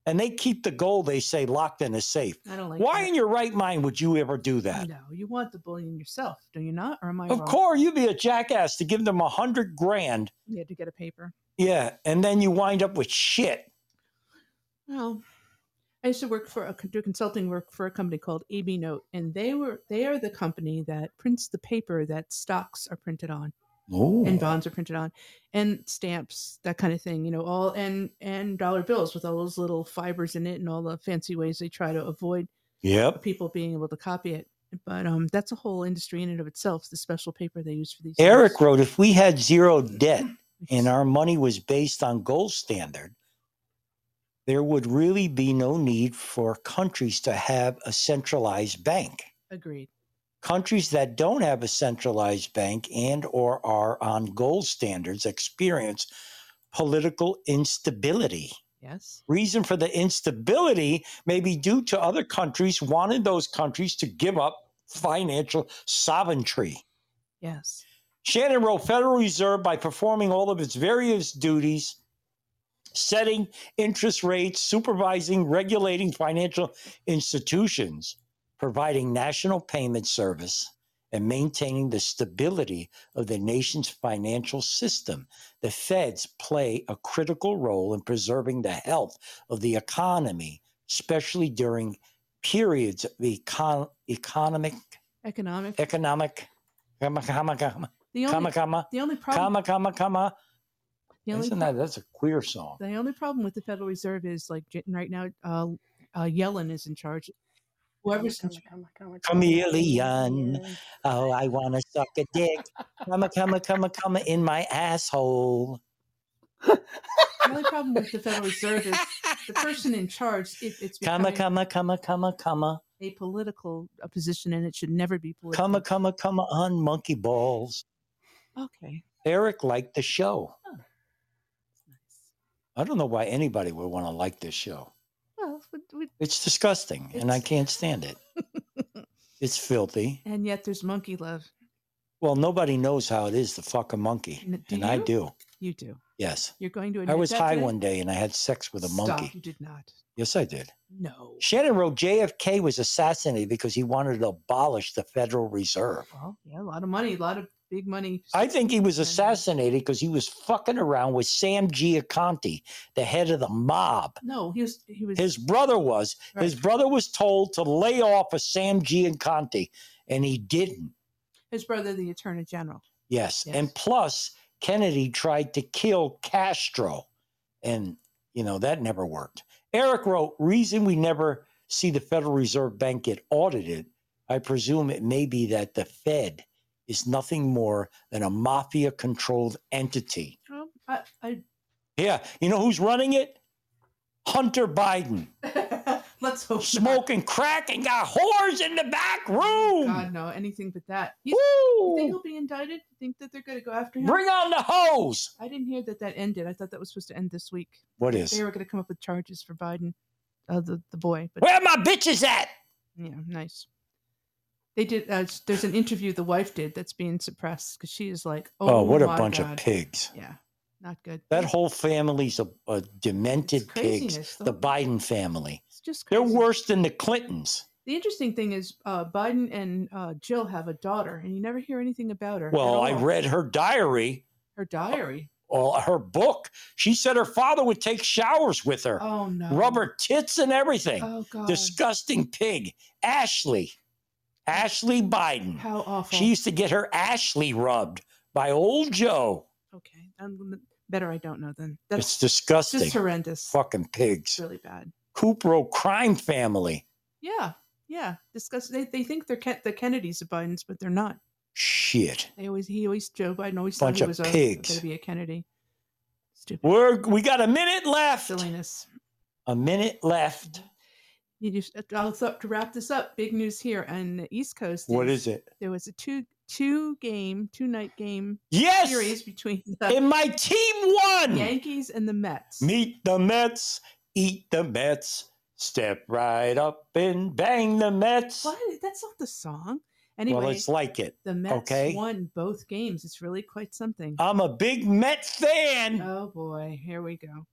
Speaker 2: and they keep the gold. They say locked in a safe.
Speaker 3: I don't like
Speaker 2: Why
Speaker 3: that.
Speaker 2: in your right mind would you ever do that?
Speaker 3: No, you want the bullion yourself, do you not? Or am I
Speaker 2: Of
Speaker 3: wrong?
Speaker 2: course, you'd be a jackass to give them a hundred grand.
Speaker 3: You had to get a paper.
Speaker 2: Yeah, and then you wind up with shit.
Speaker 3: Well, I used to work for a do consulting work for a company called AB Note, and they were they are the company that prints the paper that stocks are printed on,
Speaker 2: Oh.
Speaker 3: and bonds are printed on, and stamps that kind of thing. You know, all and and dollar bills with all those little fibers in it and all the fancy ways they try to avoid
Speaker 2: Yep.
Speaker 3: people being able to copy it. But um, that's a whole industry in and of itself. The special paper they use for these. things.
Speaker 2: Eric wrote, if we had zero debt and our money was based on gold standard, there would really be no need for countries to have a centralized bank.
Speaker 3: Agreed.
Speaker 2: Countries that don't have a centralized bank and or are on gold standards experience political instability.
Speaker 3: Yes.
Speaker 2: Reason for the instability may be due to other countries wanting those countries to give up financial sovereignty.
Speaker 3: Yes.
Speaker 2: Shannon wrote Federal Reserve by performing all of its various duties, setting interest rates, supervising, regulating financial institutions, providing national payment service, and maintaining the stability of the nation's financial system. The feds play a critical role in preserving the health of the economy, especially during periods of econ- economic
Speaker 3: Economic.
Speaker 2: economic comma comma comma
Speaker 3: The only-
Speaker 2: comma comma
Speaker 3: the only problem-
Speaker 2: comma comma comma.
Speaker 3: The only
Speaker 2: Isn't that that's a queer song?
Speaker 3: The only problem with the Federal Reserve is like j- right now, uh, uh, Yellen is in charge. Whoever's in
Speaker 2: Chameleon, oh, I want to suck a dick. Comma comma comma comma in my asshole.
Speaker 3: the only problem with the Federal Reserve is the person in charge. It, it's
Speaker 2: Comma
Speaker 3: becoming
Speaker 2: comma comma comma comma
Speaker 3: a political uh position, and it should never be political.
Speaker 2: comma comma comma on monkey balls.
Speaker 3: Okay,
Speaker 2: Eric liked the show. I don't know why anybody would want to like this show.
Speaker 3: well, but we,
Speaker 2: It's disgusting, and I can't stand it. it's filthy.
Speaker 3: and yet there's monkey love.
Speaker 2: Well, nobody knows how it is to fuck a monkey,
Speaker 3: N- do
Speaker 2: and I
Speaker 3: you?
Speaker 2: do.
Speaker 3: You do.
Speaker 2: Yes,
Speaker 3: You're going to.
Speaker 2: I
Speaker 3: admit
Speaker 2: was
Speaker 3: that
Speaker 2: high
Speaker 3: today?
Speaker 2: one day and I had sex with a monkey.
Speaker 3: Stop! You did not.
Speaker 2: Yes, I did.
Speaker 3: No.
Speaker 2: Shannon wrote JFK was assassinated because he wanted to abolish the Federal Reserve.
Speaker 3: Well, yeah, a lot of money, a lot of big money.
Speaker 2: I think he was assassinated because he was fucking around with Sam Giaconti, the head of the mob.
Speaker 3: No, he was. He was.
Speaker 2: His brother was. His brother was told to lay off of Sam Giaconti, and he didn't.
Speaker 3: his brother, the Attorney General.
Speaker 2: Yes.
Speaker 3: Yes.
Speaker 2: And plus, Kennedy tried to kill Castro. And, you know, that never worked. Eric wrote Reason we never see the Federal Reserve Bank get audited, I presume it may be that the Fed is nothing more than a mafia controlled entity.
Speaker 3: Um, I, I,
Speaker 2: Yeah. You know who's running it? Hunter Biden.
Speaker 3: Let's hope.
Speaker 2: Smoking crack and got whores in the back room.
Speaker 3: God, no, anything but that. You,
Speaker 2: you
Speaker 3: think he'll be indicted? You think that they're going to go after him?
Speaker 2: Bring on the hoes.
Speaker 3: I didn't hear that that ended. I thought that was supposed to end this week.
Speaker 2: What is?
Speaker 3: They were going to come up with charges for Biden, uh, the, the boy. But
Speaker 2: Where my bitches at?
Speaker 3: Yeah, nice. They did. Uh, s- there's an interview the wife did that's being suppressed because she is like, oh,
Speaker 2: Oh, what a
Speaker 3: my
Speaker 2: bunch
Speaker 3: God.
Speaker 2: of pigs.
Speaker 3: Yeah, not good.
Speaker 2: That whole family's a, a demented
Speaker 3: craziness,
Speaker 2: pigs.
Speaker 3: the
Speaker 2: The
Speaker 3: whole-
Speaker 2: Biden family.
Speaker 3: just
Speaker 2: They're worse than the Clintons.
Speaker 3: The interesting thing is, uh, Biden and uh, Jill have a daughter, and you never hear anything about her. at
Speaker 2: Well, I
Speaker 3: all.
Speaker 2: read her diary
Speaker 3: her diary.
Speaker 2: or her book. She said her father would take showers with her.
Speaker 3: Oh no!
Speaker 2: Rubber tits and everything.
Speaker 3: Oh, God.
Speaker 2: Disgusting pig. Ashley. Ashley Biden.
Speaker 3: How awful.
Speaker 2: She used to get her Ashley rubbed by old Joe.
Speaker 3: Okay, I'm, better I don't know then.
Speaker 2: it's disgusting.
Speaker 3: Just horrendous.
Speaker 2: Fucking pigs.
Speaker 3: It's really bad.
Speaker 2: Cupro crime family.
Speaker 3: Yeah, yeah. Discuss. They, they think they're Ken- the Kennedys of Biden's, but they're not.
Speaker 2: Shit.
Speaker 3: They always he always Joe Biden always thought
Speaker 2: Bunch
Speaker 3: he
Speaker 2: of
Speaker 3: was
Speaker 2: pigs.
Speaker 3: going to be a Kennedy.
Speaker 2: We're we got a minute left.
Speaker 3: Silliness.
Speaker 2: A minute left.
Speaker 3: You just, uh, I'll th- to wrap this up. Big news here on the East Coast.
Speaker 2: What is it?
Speaker 3: There was a two two game two night game
Speaker 2: Yes!
Speaker 3: series between the
Speaker 2: And my team won.
Speaker 3: Yankees and the Mets.
Speaker 2: Meet the Mets. Eat the Mets. Step right up and bang the Mets.
Speaker 3: What? That's not the song. Anyway,
Speaker 2: well, it's like it.
Speaker 3: the Mets
Speaker 2: okay?
Speaker 3: won both games. It's really quite something.
Speaker 2: I'm a big Met fan.
Speaker 3: Oh boy, here we go.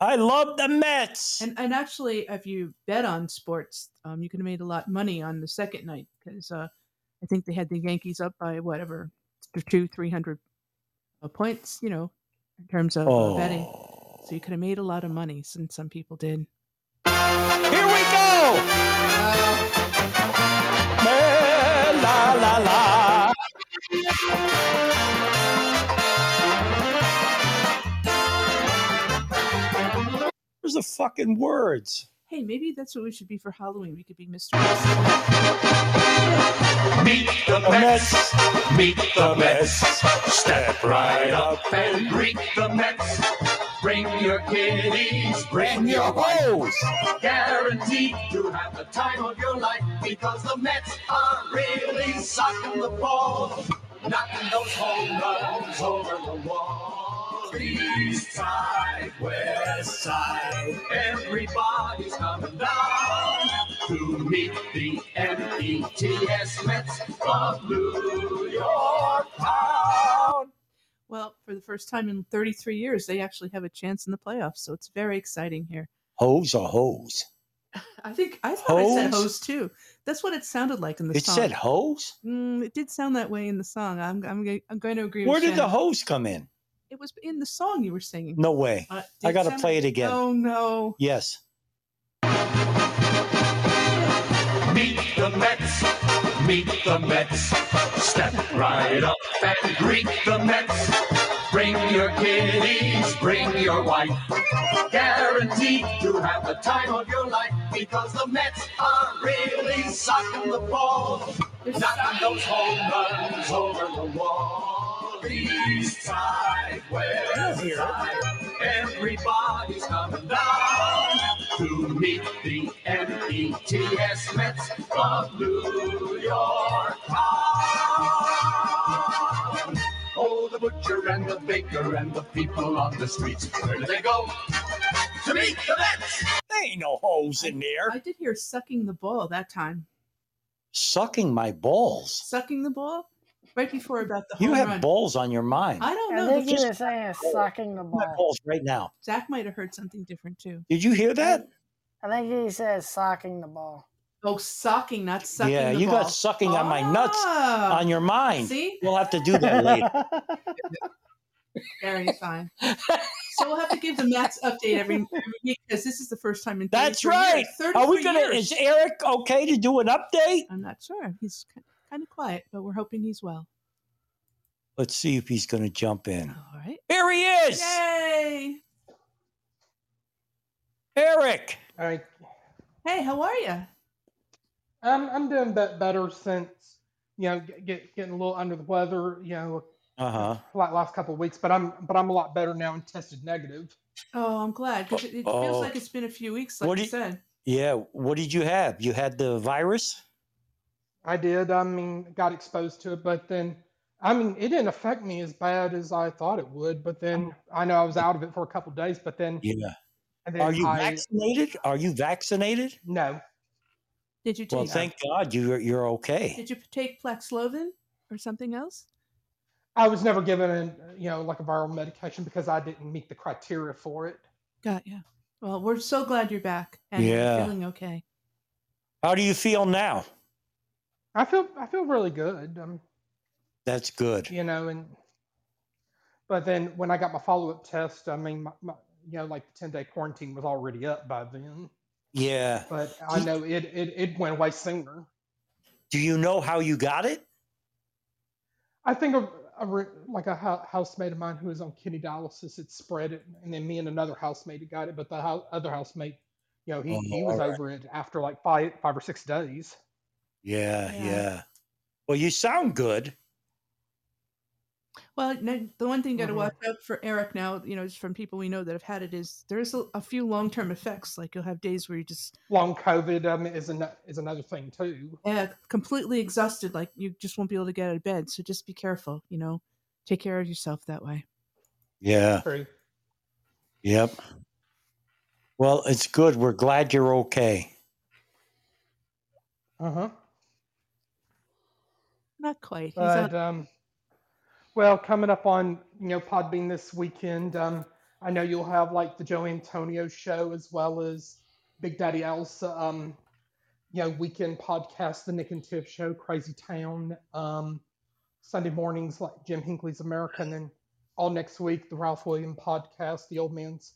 Speaker 2: I love the Mets.
Speaker 3: And and actually, if you bet on sports, um, you could have made a lot of money on the second night because uh, I think they had the Yankees up by whatever two, three hundred uh, points. You know, in terms of uh, betting, so you could have made a lot of money. Since some people did.
Speaker 2: Here we go. La la la. Where's the fucking words?
Speaker 3: Hey, maybe that's what we should be for Halloween. We could be Mr.
Speaker 2: Meet the Mets. Meet the Mets. Step right up
Speaker 8: and greet the Mets. Bring your kitties, bring your hoes. Guaranteed to have the time of your life because the Mets are really sucking the ball, knocking those home runs over the wall. East side, west side, everybody's coming down to meet the M.E.T.S. Mets of New York town.
Speaker 3: Well, for the first time in 33 years, they actually have a chance in the playoffs, so it's very exciting here.
Speaker 2: Hoes or hoes?
Speaker 3: I think I thought I said
Speaker 2: Hoes?
Speaker 3: hoes too. That's what it sounded like in the
Speaker 2: It
Speaker 3: song.
Speaker 2: said hoes?
Speaker 3: Mm, it did sound that way in the song. I'm I'm, go- I'm going to agree.
Speaker 2: Where
Speaker 3: with
Speaker 2: did the
Speaker 3: Shannon.
Speaker 2: hoes come in?
Speaker 3: It was in the song you were singing.
Speaker 2: No way.
Speaker 3: Uh,
Speaker 2: I
Speaker 3: did
Speaker 2: got to
Speaker 3: sound-
Speaker 2: play it again.
Speaker 3: Oh no!
Speaker 2: Yes.
Speaker 8: Meet the Mets, meet the Mets. Step right up and greet the Mets. Bring your kitties, bring your wife. Guaranteed to have the time of your life because the Mets are really sucking the ball, knocking those home runs over the wall. East side, west side, everybody's coming down to meet the M.E.T.S. Mets of New York town. Oh, the butcher and the baker and the people on the streets, where do they go? To meet the Mets!
Speaker 2: They ain't no hoes in there.
Speaker 3: I did hear sucking the ball that time.
Speaker 2: Sucking my balls.
Speaker 3: Sucking the ball right before about the
Speaker 2: You
Speaker 3: home
Speaker 2: have
Speaker 3: run.
Speaker 2: balls on your mind.
Speaker 3: I don't
Speaker 6: Yeah,
Speaker 3: know.
Speaker 6: they
Speaker 3: they
Speaker 6: do
Speaker 3: just-
Speaker 6: this ass sucking the
Speaker 2: My
Speaker 6: ball.
Speaker 2: balls right now.
Speaker 3: Zach might have heard something different too.
Speaker 2: Did you hear that?
Speaker 6: I think he says socking the ball.
Speaker 3: Oh, socking, not sucking.
Speaker 2: yeah,
Speaker 3: the
Speaker 2: you
Speaker 3: ball.
Speaker 2: got sucking on my nuts
Speaker 3: Ah.
Speaker 2: on your mind.
Speaker 3: See?
Speaker 2: We'll have to do that later.
Speaker 3: Very fine. so we'll have to give the Mets update every, every week because this is the first time in.
Speaker 2: That's
Speaker 3: 33
Speaker 2: right.
Speaker 3: Years, 33
Speaker 2: Are we gonna?
Speaker 3: Years.
Speaker 2: Is Eric okay to do an update?
Speaker 3: I'm not sure. He's kind of quiet, but we're hoping he's well.
Speaker 2: Let's see if he's gonna jump in.
Speaker 3: All right.
Speaker 2: Here he is.
Speaker 3: Yay!
Speaker 2: Eric.
Speaker 15: All right.
Speaker 3: Hey, how are you?
Speaker 15: I'm I'm doing bet better since you know get, get, getting a little under the weather. You know,
Speaker 2: Uh huh.
Speaker 15: like last couple of weeks, but I'm but I'm a lot better now and tested negative.
Speaker 3: Oh, I'm glad because it, it
Speaker 2: Oh.
Speaker 3: feels like it's been a few weeks, like
Speaker 2: What do
Speaker 3: you
Speaker 2: you-
Speaker 3: said.
Speaker 2: Yeah. What did you have? You had the virus.
Speaker 15: I did. I mean, got exposed to it, but then I mean, it didn't affect me as bad as I thought it would. But then I know I was out of it for a couple of days, but then
Speaker 2: Yeah.
Speaker 15: and then
Speaker 2: Are you
Speaker 15: I
Speaker 2: vaccinated? Are you vaccinated?
Speaker 15: no.
Speaker 3: Did you
Speaker 2: Well,
Speaker 3: take? uh,
Speaker 2: thank God you're you're okay.
Speaker 3: Did you take Paxlovid or something else?
Speaker 15: I was never given a you know like a viral medication because I didn't meet the criteria for it.
Speaker 3: Got yeah. Well, we're so glad you're back and you're
Speaker 2: Yeah.
Speaker 3: feeling okay.
Speaker 2: How do you feel now?
Speaker 15: I feel I feel really good. Um,
Speaker 2: That's good.
Speaker 15: you know and but then when i got my follow-up test i mean my, my, you know like the 10 day quarantine was already up by then
Speaker 2: Yeah.
Speaker 15: but i know it it, it went away sooner
Speaker 2: Do you know how you got it?
Speaker 15: i think a, a re- like a hou- housemate of mine who was on kidney dialysis it spread it and then me and another housemate got it but the hou- other housemate you know he,
Speaker 2: Oh,
Speaker 15: he was
Speaker 2: alright.
Speaker 15: over it after like five five or six days
Speaker 2: Yeah, yeah. Well, you sound good.
Speaker 3: Well, no, the one thing you got to
Speaker 15: Uh-huh.
Speaker 3: watch out for Eric now, you know, is from people we know that have had it is there is a, a few long term effects. Like you'll have days where you just
Speaker 15: long covid um, is, an, is another thing too
Speaker 3: yeah, completely exhausted, like you just won't be able to get out of bed. So just be careful, you know, take care of yourself that way.
Speaker 2: Yeah.
Speaker 15: True.
Speaker 2: Yep. Well, it's good. We're glad you're okay.
Speaker 15: Uh huh.
Speaker 3: Not quite. He's on-
Speaker 15: But um, well, coming up on you know Podbean this weekend, um, I know you'll have like the Joe Antonio show as well as Big Daddy Al's um, you know weekend podcast, the Nick and Tiff show, Crazy Town, um, Sunday mornings like Jim Hinckley's America, and then all next week the Ralph William podcast, the Old Man's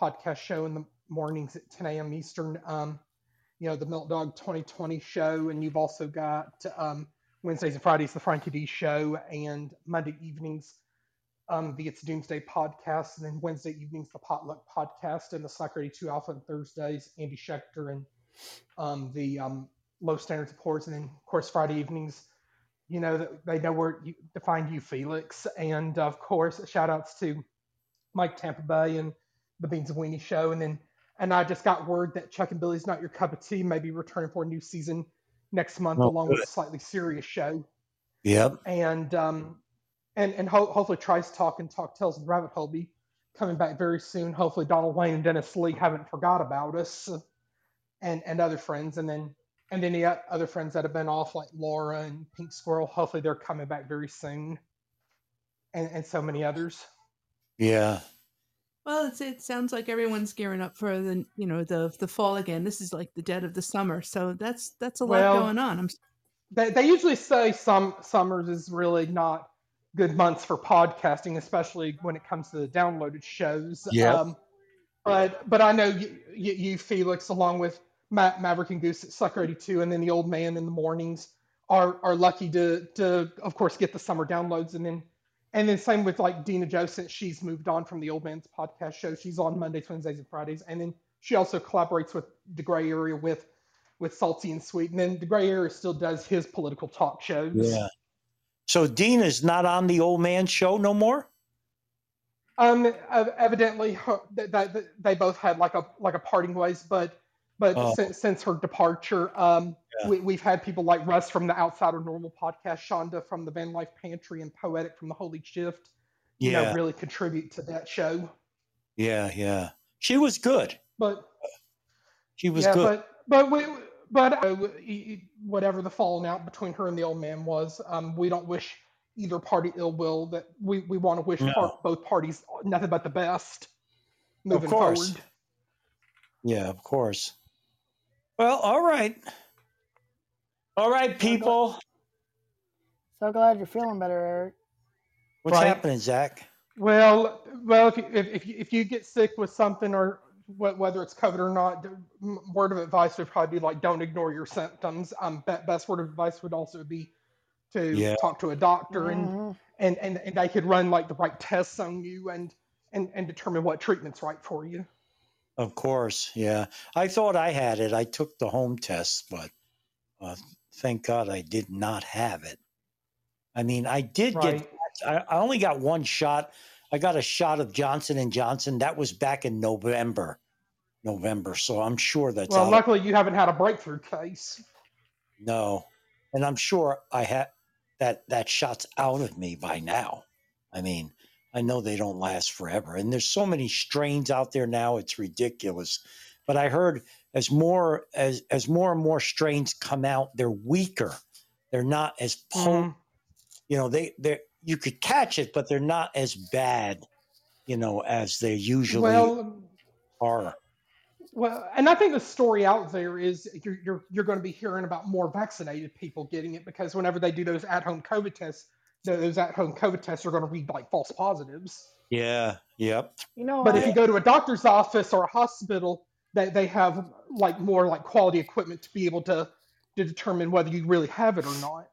Speaker 15: podcast show in the mornings at 10 a.m. Eastern. Um, you know the Milk Dog 2020 show, and you've also got um, Wednesdays and Fridays, the Frankie D Show, and Monday evenings, um, the It's Doomsday podcast, and then Wednesday evenings, the Potluck podcast, and the Slacker 82 Alpha, and Thursdays, Andy Schechter and um, the um, Low Standards Reports, and then, of course, Friday evenings, you know, that they know where you, to find you, Felix. And, of course, shout outs to Mike Tampa Bay and the Beans and Weenie Show, and then and I just got word that Chuck and Billy's not your cup of tea. May be returning for a new season next month,
Speaker 2: Oh,
Speaker 15: along with
Speaker 2: good.
Speaker 15: a slightly serious show
Speaker 2: Yep.
Speaker 15: and um, and and ho- hopefully Trice Talk and Talk Tales of the Rabbit Hole be coming back very soon. Hopefully Donald Wayne and Dennis Lee haven't forgot about us, and and other friends, and then and any o- other friends that have been off like Laura and Pink Squirrel. Hopefully they're coming back very soon, and and so many others.
Speaker 2: Yeah.
Speaker 3: Well, it's, it sounds like everyone's gearing up for the you know the the fall again. This is like the dead of the summer, so that's that's a lot
Speaker 15: Well,
Speaker 3: going on. I'm s-
Speaker 15: They, they usually say some summers is really not good months for podcasting, especially when it comes to the downloaded shows.
Speaker 2: Yep.
Speaker 15: but but I know you, you, you Felix, along with Ma- Maverick and Goose at Sucker 82, and then the old man in the mornings are are lucky to to of course get the summer downloads, and then and then same with like Dina Jo since she's moved on from the old man's podcast show. She's on Mondays, Wednesdays, and Fridays, and then she also collaborates with the Gray Area with with Salty and Sweet, and then the Gray Area still does his political talk shows.
Speaker 2: Yeah. So Dean is not on the old man show no more?
Speaker 15: Um, ev- evidently, her, th- th- th- they both had like a like a parting ways, but but
Speaker 2: Oh.
Speaker 15: since, since her departure, um, we, we've had people like Russ from the Outsider Normal podcast, Shonda from the Van Life Pantry, and Poetic from the Holy Shift. You know,
Speaker 2: Yeah.
Speaker 15: really contribute to that show.
Speaker 2: Yeah, yeah. She was good.
Speaker 15: But
Speaker 2: She was
Speaker 15: yeah,
Speaker 2: good.
Speaker 15: but but we but uh, w- e- e- whatever the falling out between her and the old man was, um, we don't wish either party ill will. That we we want to wish
Speaker 2: No.
Speaker 15: par- both parties nothing but the best. Moving
Speaker 2: course.
Speaker 15: forward.
Speaker 2: yeah, of course. Well, all right. All right, people.
Speaker 6: So glad you're feeling better, Eric.
Speaker 2: What's
Speaker 15: Right.
Speaker 2: happening, Zach?
Speaker 15: Well, well, if you, if, if you, if you get sick with something or wh- whether it's COVID or not, the m- word of advice would probably be like, don't ignore your symptoms. Um, be- best word of advice would also be to
Speaker 2: Yeah.
Speaker 15: talk to a doctor and,
Speaker 6: Mhm.
Speaker 15: and, and, and they could run like the right tests on you and, and, and determine what treatment's right for you.
Speaker 2: Of course. Yeah. I thought I had it. I took the home test, but uh, thank God I did not have it. I mean, I did
Speaker 15: Right.
Speaker 2: get I, I only got one shot. I got a shot of Johnson and Johnson. That was back in November. November. So I'm sure that's
Speaker 15: well,
Speaker 2: out.
Speaker 15: luckily you haven't had a breakthrough case.
Speaker 2: No, and I'm sure I had that that shot's out of me by now. I mean, I know they don't last forever, and there's so many strains out there now; it's ridiculous. But I heard as more as as more and more strains come out, they're weaker. They're not as potent. You know, they they you could catch it, but they're not as bad. You know, as they usually
Speaker 15: Well,
Speaker 2: are.
Speaker 15: Well, and I think the story out there is you're you're, you're going to be hearing about more vaccinated people getting it because whenever they do those at-home COVID tests, tho- those at-home COVID tests are going to read like false positives.
Speaker 2: Yeah. Yep.
Speaker 6: You know,
Speaker 15: But
Speaker 6: I,
Speaker 15: if you go to a doctor's office or a hospital, they, they have like more like quality equipment to be able to to determine whether you really have it or not.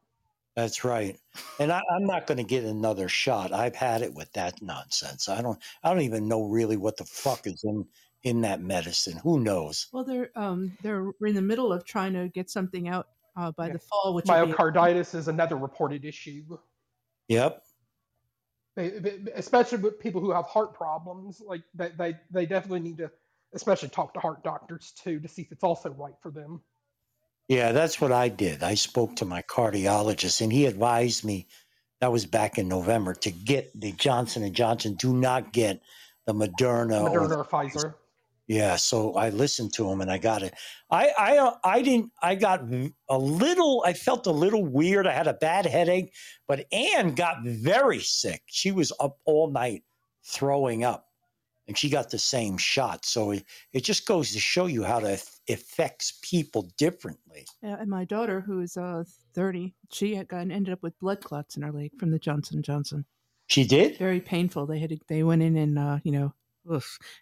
Speaker 2: That's right. And I, I'm not going to get another shot. I've had it with that nonsense. I don't. I don't even know really what the fuck is in in that medicine. Who knows?
Speaker 3: well, they're um they're we're in the middle of trying to get something out uh, by the fall, which will be-
Speaker 15: Myocarditis is another reported issue,
Speaker 2: Yep.
Speaker 15: they, they- especially with people who have heart problems. Like they, they they definitely need to, especially talk to heart doctors too to see if it's also right for them.
Speaker 2: Yeah, that's what I did. I spoke to my cardiologist, and he advised me. That was back in November to get the Johnson and Johnson. Do not get the Moderna,
Speaker 15: Moderna
Speaker 2: or
Speaker 15: or Pfizer.
Speaker 2: Yeah, so I listened to him and I got it. I I uh, I didn't. I got a little. I felt a little weird. I had a bad headache, but Anne got very sick. She was up all night throwing up, and she got the same shot. So it, it just goes to show you how it affects people differently.
Speaker 3: Yeah, Uh, and my daughter, who is uh, 30, she had gotten ended up with blood clots in her leg from the Johnson Johnson.
Speaker 2: She did.
Speaker 3: Very painful. They had to, they went in and uh, you know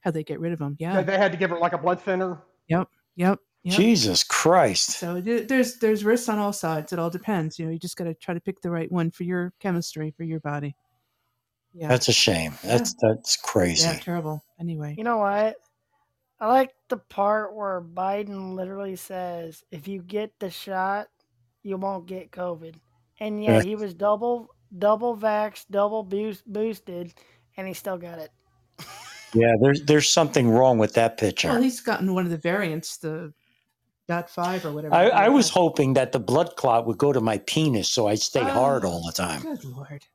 Speaker 3: how they get rid of them. Yeah.
Speaker 15: They- They had to give her like a blood thinner.
Speaker 3: Yep. Yep. yep.
Speaker 2: Jesus Christ!
Speaker 3: So there- there's there's risks on all sides. It all depends. You know, you just got to try to pick the right one for your chemistry for your body. Yeah.
Speaker 2: That's a shame. That's that's crazy.
Speaker 3: Yeah, terrible. Anyway,
Speaker 6: You know what? I like the part where Biden literally says, "If you get the shot, you won't get COVID," and yeah,
Speaker 2: Right.
Speaker 6: he was double double vaxxed, double boost, boosted, and he still got it.
Speaker 2: Yeah, there's there's something wrong with that picture.
Speaker 3: well, he's gotten one of the variants, the dot five or whatever.
Speaker 2: I, I was hoping that the blood clot would go to my penis so I'd stay
Speaker 3: Oh,
Speaker 2: hard all the time.
Speaker 3: Good lord.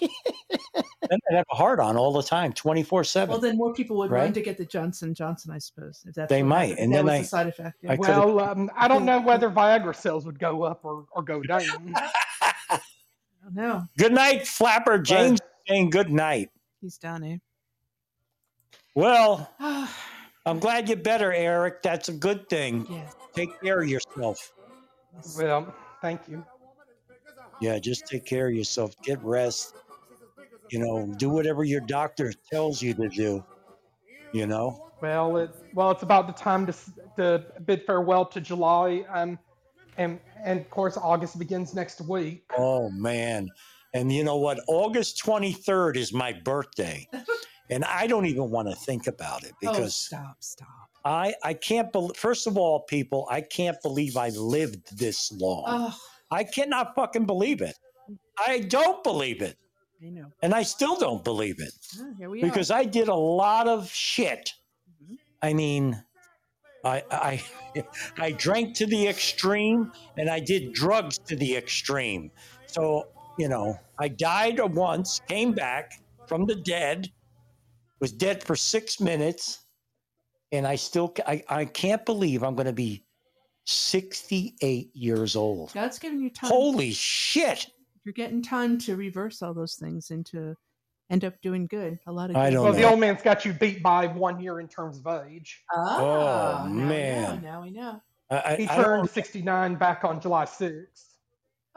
Speaker 2: And I'd have a hard on all the time, 24
Speaker 3: Well,
Speaker 2: 7.
Speaker 3: then more people would
Speaker 2: Right?
Speaker 3: run to get the Johnson Johnson, I suppose. If that's
Speaker 2: They
Speaker 3: what
Speaker 2: might,
Speaker 3: happened.
Speaker 2: and
Speaker 3: that
Speaker 2: then
Speaker 3: was
Speaker 2: I-
Speaker 3: the side effect. yeah.
Speaker 2: I could've-
Speaker 15: Well, um, I don't know whether Viagra sales would go up or, or go down.
Speaker 3: Oh, no,
Speaker 2: Good night, Flapper. James is saying good night.
Speaker 3: he's done eh? it.
Speaker 2: Well, I'm glad you're better, Eric. That's a good thing.
Speaker 3: Oh,
Speaker 2: Take care of yourself.
Speaker 15: Well, thank you.
Speaker 2: Yeah, just take care of yourself. Get rest. You know, do whatever your doctor tells you to do. You know,
Speaker 15: Well, it, well, it's about the time to, s- to bid farewell to July. Um, and and of course, August begins next week.
Speaker 2: Oh man. And you know what? August 23rd is my birthday. And I don't even want to think about it
Speaker 3: Oh,
Speaker 2: because
Speaker 3: stop, stop.
Speaker 2: I I can't believe first of all, people, I can't believe I lived this long.
Speaker 3: Oh,
Speaker 2: I cannot fucking believe it. I don't believe it.
Speaker 3: Oh, I know.
Speaker 2: And I still don't believe it.
Speaker 3: Ah, here we
Speaker 2: Because
Speaker 3: are.
Speaker 2: I did a lot of shit.
Speaker 15: Mm-hmm.
Speaker 2: I mean, I I I drank to the extreme and I did drugs to the extreme. So, you know, I died once, came back from the dead, was dead for 6 minutes, and I still I, I can't believe I'm going to be 68 years old.
Speaker 3: God's giving you time.
Speaker 2: Holy shit.
Speaker 3: You're getting time to reverse all those things and to end up doing good. A lot of.
Speaker 2: I
Speaker 3: good.
Speaker 2: don't
Speaker 15: well, the
Speaker 2: know.
Speaker 15: old man's got you beat by one year in terms of age.
Speaker 2: Oh,
Speaker 3: Ah, now we know,
Speaker 2: man.
Speaker 3: Now we know.
Speaker 2: I, I,
Speaker 15: He
Speaker 2: I don't-
Speaker 15: turned 69 back on July 6th.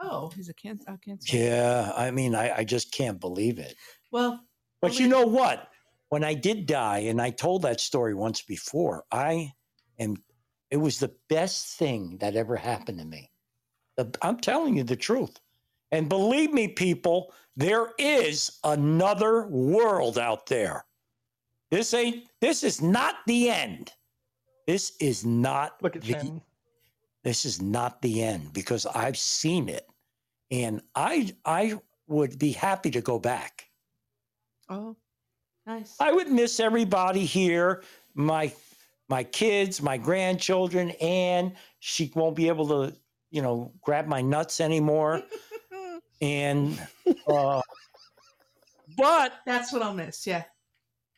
Speaker 3: Oh, he's a cancer. Oh, cancer.
Speaker 2: yeah, I mean, I, I just can't believe it.
Speaker 3: Well,
Speaker 2: But you know what? When I did die, and I told that story once before, I am. It was the best thing that ever happened to me. The- I'm telling you the truth. And believe me, people, there is another world out there. This ain't. This is not the end. This is not.
Speaker 15: Look at
Speaker 2: the,
Speaker 15: Shannon.
Speaker 2: This is not the end because I've seen it, and I I would be happy to go back.
Speaker 3: oh, nice.
Speaker 2: I would miss everybody here, my my kids, my grandchildren, and she won't be able to, you know, grab my nuts anymore. and uh, but
Speaker 3: That's what I'll miss. Yeah.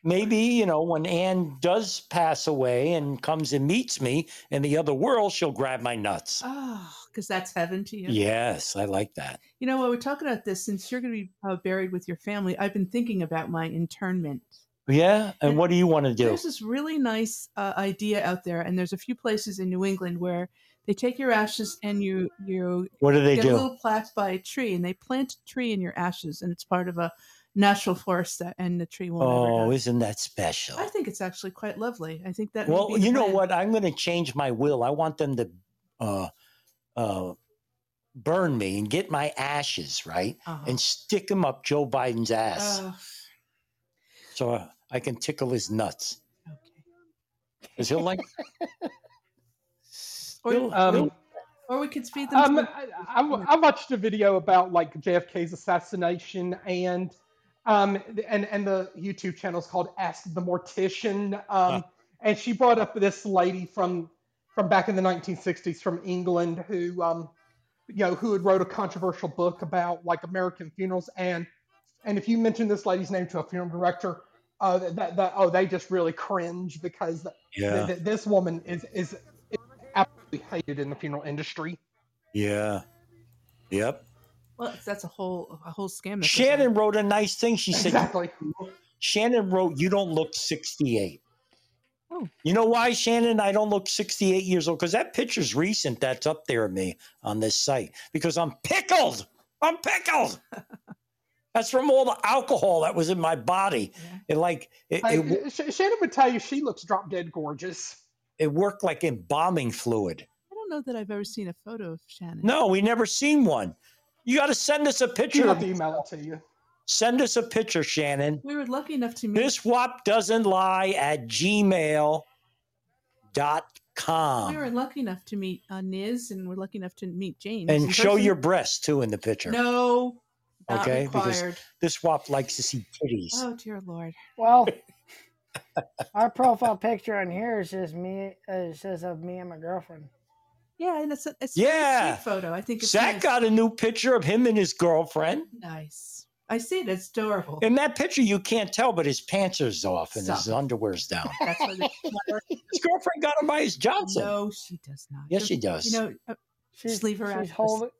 Speaker 2: maybe you know when Anne does pass away and comes and meets me in the other world, she'll grab my nuts.
Speaker 3: Oh, because that's heaven to you.
Speaker 2: Yes, I like that.
Speaker 3: You know, while we're talking about this, since you're going to be uh, buried with your family, I've been thinking about my internment.
Speaker 2: Yeah, and, what do you want to do?
Speaker 3: There's this really nice uh, idea out there, and there's a few places in New England where they take your ashes and you you
Speaker 2: What do they
Speaker 3: get
Speaker 2: do?
Speaker 3: a little plaque by a tree, and they plant a tree in your ashes, and it's part of a natural forest that, and the tree won't ever
Speaker 2: Oh,
Speaker 3: die.
Speaker 2: isn't that special?
Speaker 3: I think it's actually quite lovely. I think that. would
Speaker 2: well
Speaker 3: be the
Speaker 2: you know
Speaker 3: plan.
Speaker 2: what i'm going to change my will i want them to uh uh burn me and get my ashes right and stick them up joe biden's ass
Speaker 3: uh-huh. Oh.
Speaker 2: so i can tickle his nuts okay because he'll like
Speaker 3: Or,
Speaker 15: Um,
Speaker 3: or we could
Speaker 2: Uh,
Speaker 3: speed them.
Speaker 15: Um,
Speaker 3: to-
Speaker 15: I, I, I watched a video about like JFK's assassination and um and and the YouTube channel is called Ask the Mortician. Um, and she brought up this lady from from back in the 1960s from England who um you know who had wrote a controversial book about like American funerals and and if you mention this lady's name to a funeral director, Oh, that, that oh, they just really cringe because th-
Speaker 2: Yeah.
Speaker 15: th- this woman is, is is absolutely hated in the funeral industry.
Speaker 2: Yeah. Yep.
Speaker 3: Well, that's a whole a whole scam. that's
Speaker 2: Shannon wrote a nice thing. She said, Shannon wrote, You don't look 68.
Speaker 3: Oh.
Speaker 2: You know why, Shannon? I don't look 68 years old because that picture's recent that's up there of me on this site because I'm pickled. I'm pickled. that's from all the alcohol that was in my body. It like, it,
Speaker 15: Like,
Speaker 2: it,
Speaker 15: Sh- Shannon would tell you she looks drop dead gorgeous.
Speaker 2: it worked like embalming fluid.
Speaker 3: I don't know that I've ever seen a photo of Shannon.
Speaker 2: No, we never seen one. You got to send us a
Speaker 15: She'd
Speaker 2: picture.
Speaker 15: have to
Speaker 2: of-
Speaker 15: email it to you.
Speaker 2: Send us a picture, Shannon.
Speaker 3: We were lucky enough to meet.
Speaker 2: This wop doesn't lie at gmail.com.
Speaker 3: we were lucky enough to meet uh, Niz, and we're lucky enough to meet James. in
Speaker 2: and show
Speaker 3: person.
Speaker 2: your breast too in the picture.
Speaker 3: No, not
Speaker 2: okay,
Speaker 3: required.
Speaker 2: because this wop likes to see titties.
Speaker 3: Oh dear lord.
Speaker 6: Well, our profile picture on here is just me. Uh, it says of me and my girlfriend.
Speaker 3: Yeah, and it's a, it's
Speaker 2: yeah,
Speaker 3: a sweet photo. I think it's
Speaker 2: Zach
Speaker 3: nice.
Speaker 2: got a new picture of him and his girlfriend.
Speaker 3: nice. I see it. It's adorable.
Speaker 2: In that picture, you can't tell, but his pants are off and his
Speaker 3: Stop.
Speaker 2: underwear's down.
Speaker 3: That's what it-
Speaker 2: his girlfriend got him by his Johnson.
Speaker 3: No, she does not.
Speaker 2: Yes, she does.
Speaker 3: You know, uh, just leave her out. of this.
Speaker 6: She's holding.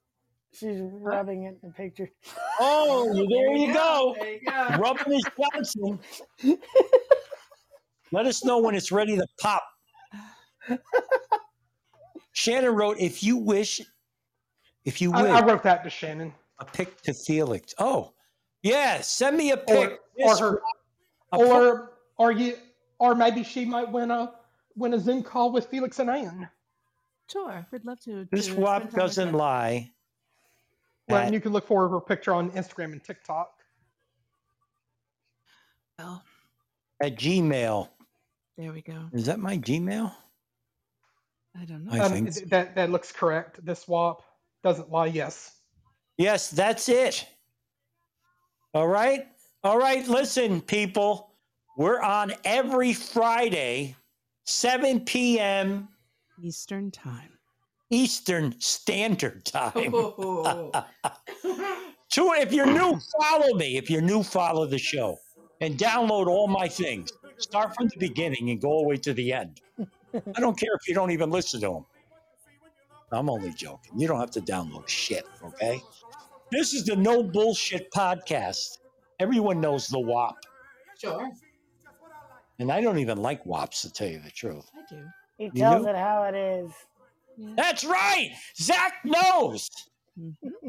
Speaker 6: She's rubbing it in the picture.
Speaker 2: Oh, there, you go.
Speaker 6: There you go.
Speaker 2: Rubbing his Johnson. Let us know when it's ready to pop. Shannon wrote, "If you wish, if you
Speaker 15: I,
Speaker 2: wish,
Speaker 15: I wrote that to Shannon.
Speaker 2: a pic to Felix. Oh, yeah, send me a pic.
Speaker 15: Or, or
Speaker 2: This-
Speaker 15: her,
Speaker 2: a pic-
Speaker 15: or or you, or maybe she might win a win a Zoom call with Felix and Anne.
Speaker 3: Sure, we'd love to.
Speaker 2: this
Speaker 3: to
Speaker 2: wop
Speaker 3: spend time with
Speaker 2: doesn't
Speaker 3: her.
Speaker 2: lie.
Speaker 15: Well, and
Speaker 2: At-
Speaker 15: you can look for her picture on Instagram and TikTok.
Speaker 3: Well,
Speaker 2: at Gmail.
Speaker 3: there we go.
Speaker 2: Is that my Gmail?
Speaker 3: I don't know.
Speaker 2: I
Speaker 15: Um,
Speaker 2: think
Speaker 15: th-
Speaker 2: so.
Speaker 15: that that looks correct. This WAP doesn't lie. Yes.
Speaker 2: Yes, that's it. All right. All right. Listen, people, we're on every Friday, 7 p.m.
Speaker 3: Eastern time.
Speaker 2: Eastern Standard Time.
Speaker 3: Oh.
Speaker 2: Two, if you're new, follow me. If you're new, follow the show and download all my things. Start from the beginning and go all the way to the end. I don't care if you don't even listen to them. I'm only joking. You don't have to download shit, okay? This is the No Bullshit Podcast. Everyone knows the WAP,
Speaker 3: Sure,
Speaker 2: and I don't even like WAPs to tell you the truth.
Speaker 3: I do.
Speaker 6: He
Speaker 2: You
Speaker 6: tells
Speaker 2: do?
Speaker 6: it how it is.
Speaker 2: That's right. Zach knows.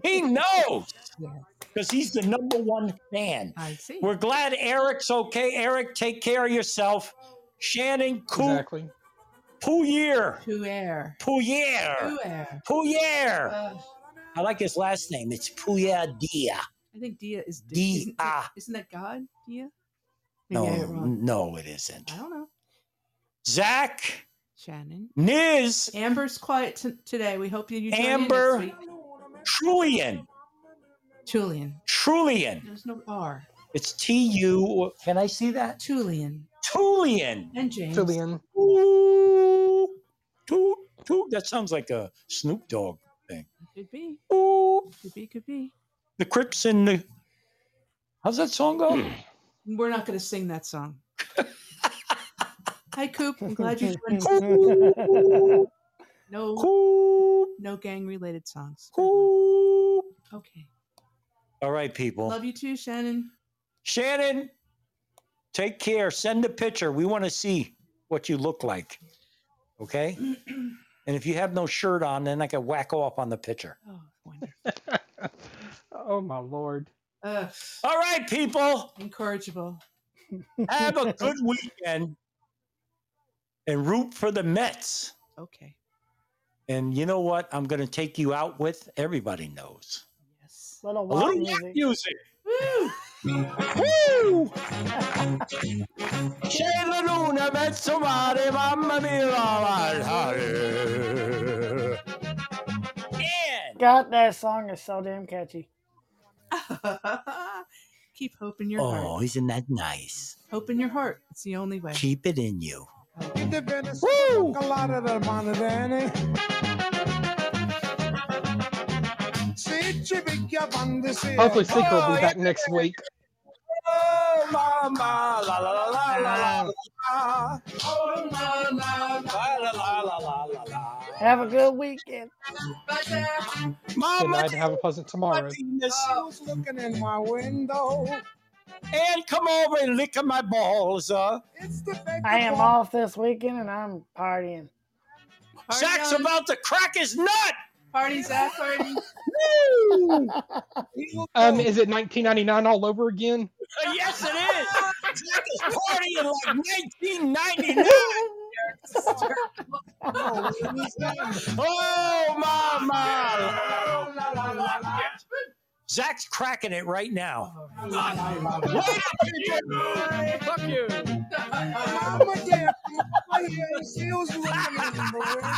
Speaker 2: He knows
Speaker 3: Yeah,
Speaker 2: because he's the number one fan.
Speaker 3: I see.
Speaker 2: We're glad Eric's okay. Eric, take care of yourself. Shannon, cool.
Speaker 15: Exactly.
Speaker 2: Pouyer.
Speaker 3: To air.
Speaker 2: Pouyer.
Speaker 3: To air.
Speaker 2: Pouyer.
Speaker 3: Uh,
Speaker 2: I like his last name. It's Pouyer Dia.
Speaker 3: I think Dia is
Speaker 2: Dia.
Speaker 3: Isn't that, isn't that God? Dia? Maybe I got it
Speaker 2: No,
Speaker 3: wrong.
Speaker 2: no, it isn't.
Speaker 3: I don't know.
Speaker 2: Zach,
Speaker 3: Shannon.
Speaker 2: Niz,
Speaker 3: Amber's quiet t- today. We hope that you join
Speaker 2: Amber.
Speaker 3: In next week.
Speaker 2: Trulian.
Speaker 3: Julian.
Speaker 2: Trulian.
Speaker 3: There's no R.
Speaker 2: It's T U. Can I see that?
Speaker 3: Julian
Speaker 2: Tulian.
Speaker 3: and James.
Speaker 15: Julian.
Speaker 2: Ooh, toot, toot. That sounds like a Snoop Dogg thing.
Speaker 3: Could be.
Speaker 2: Ooh,
Speaker 3: Could be. Could be.
Speaker 2: the Crips and the. How's that song go?
Speaker 3: We're not going to sing that song. Hi, Coop. I'm glad you joined. us.
Speaker 2: Coop,
Speaker 3: No,
Speaker 2: coop,
Speaker 3: no gang-related songs.
Speaker 2: coop.
Speaker 3: Okay.
Speaker 2: All right, people.
Speaker 3: Love you too, Shannon.
Speaker 2: Shannon, take care. Send a picture. We want to see what you look like. Okay? and if you have no shirt on, then I can whack off on the picture.
Speaker 3: Oh, wonderful.
Speaker 15: Oh my lord.
Speaker 3: Ugh,
Speaker 2: All right, people.
Speaker 3: incorrigible.
Speaker 2: Have a good weekend and root for the Mets.
Speaker 3: Okay.
Speaker 2: And you know what? I'm going to take you out with everybody knows.
Speaker 3: Yes.
Speaker 6: Little
Speaker 2: A
Speaker 6: walk
Speaker 2: little rap
Speaker 6: music.
Speaker 2: music.
Speaker 3: Woo!
Speaker 2: Woo! C'è la luna verso mare, mamma mia, la valsare. And
Speaker 6: God, that song is so damn catchy.
Speaker 3: Keep hope in your
Speaker 2: oh,
Speaker 3: heart.
Speaker 2: isn't that nice?
Speaker 3: Hope in your heart. It's the only way.
Speaker 2: Keep it in you.
Speaker 8: Woo! A lot of them on the Danny.
Speaker 15: Hopefully, Seeker will be back next week.
Speaker 8: Oh, my ma, la la la la la la la. Oh na na na la la la la la la.
Speaker 6: Have a good weekend.
Speaker 15: Good night and have a pleasant tomorrow.
Speaker 8: She was looking in my window.
Speaker 14: And come over and lick my balls. Uh.
Speaker 8: It's the big
Speaker 6: I am off this weekend and I'm partying.
Speaker 14: Zach's about to crack his nut.
Speaker 16: Party's at party.
Speaker 15: Um, is it 1999 all over again?
Speaker 14: Uh, yes, it is. Zach is partying like 1999. oh, mama. Zach's cracking it right now.
Speaker 8: Fuck you.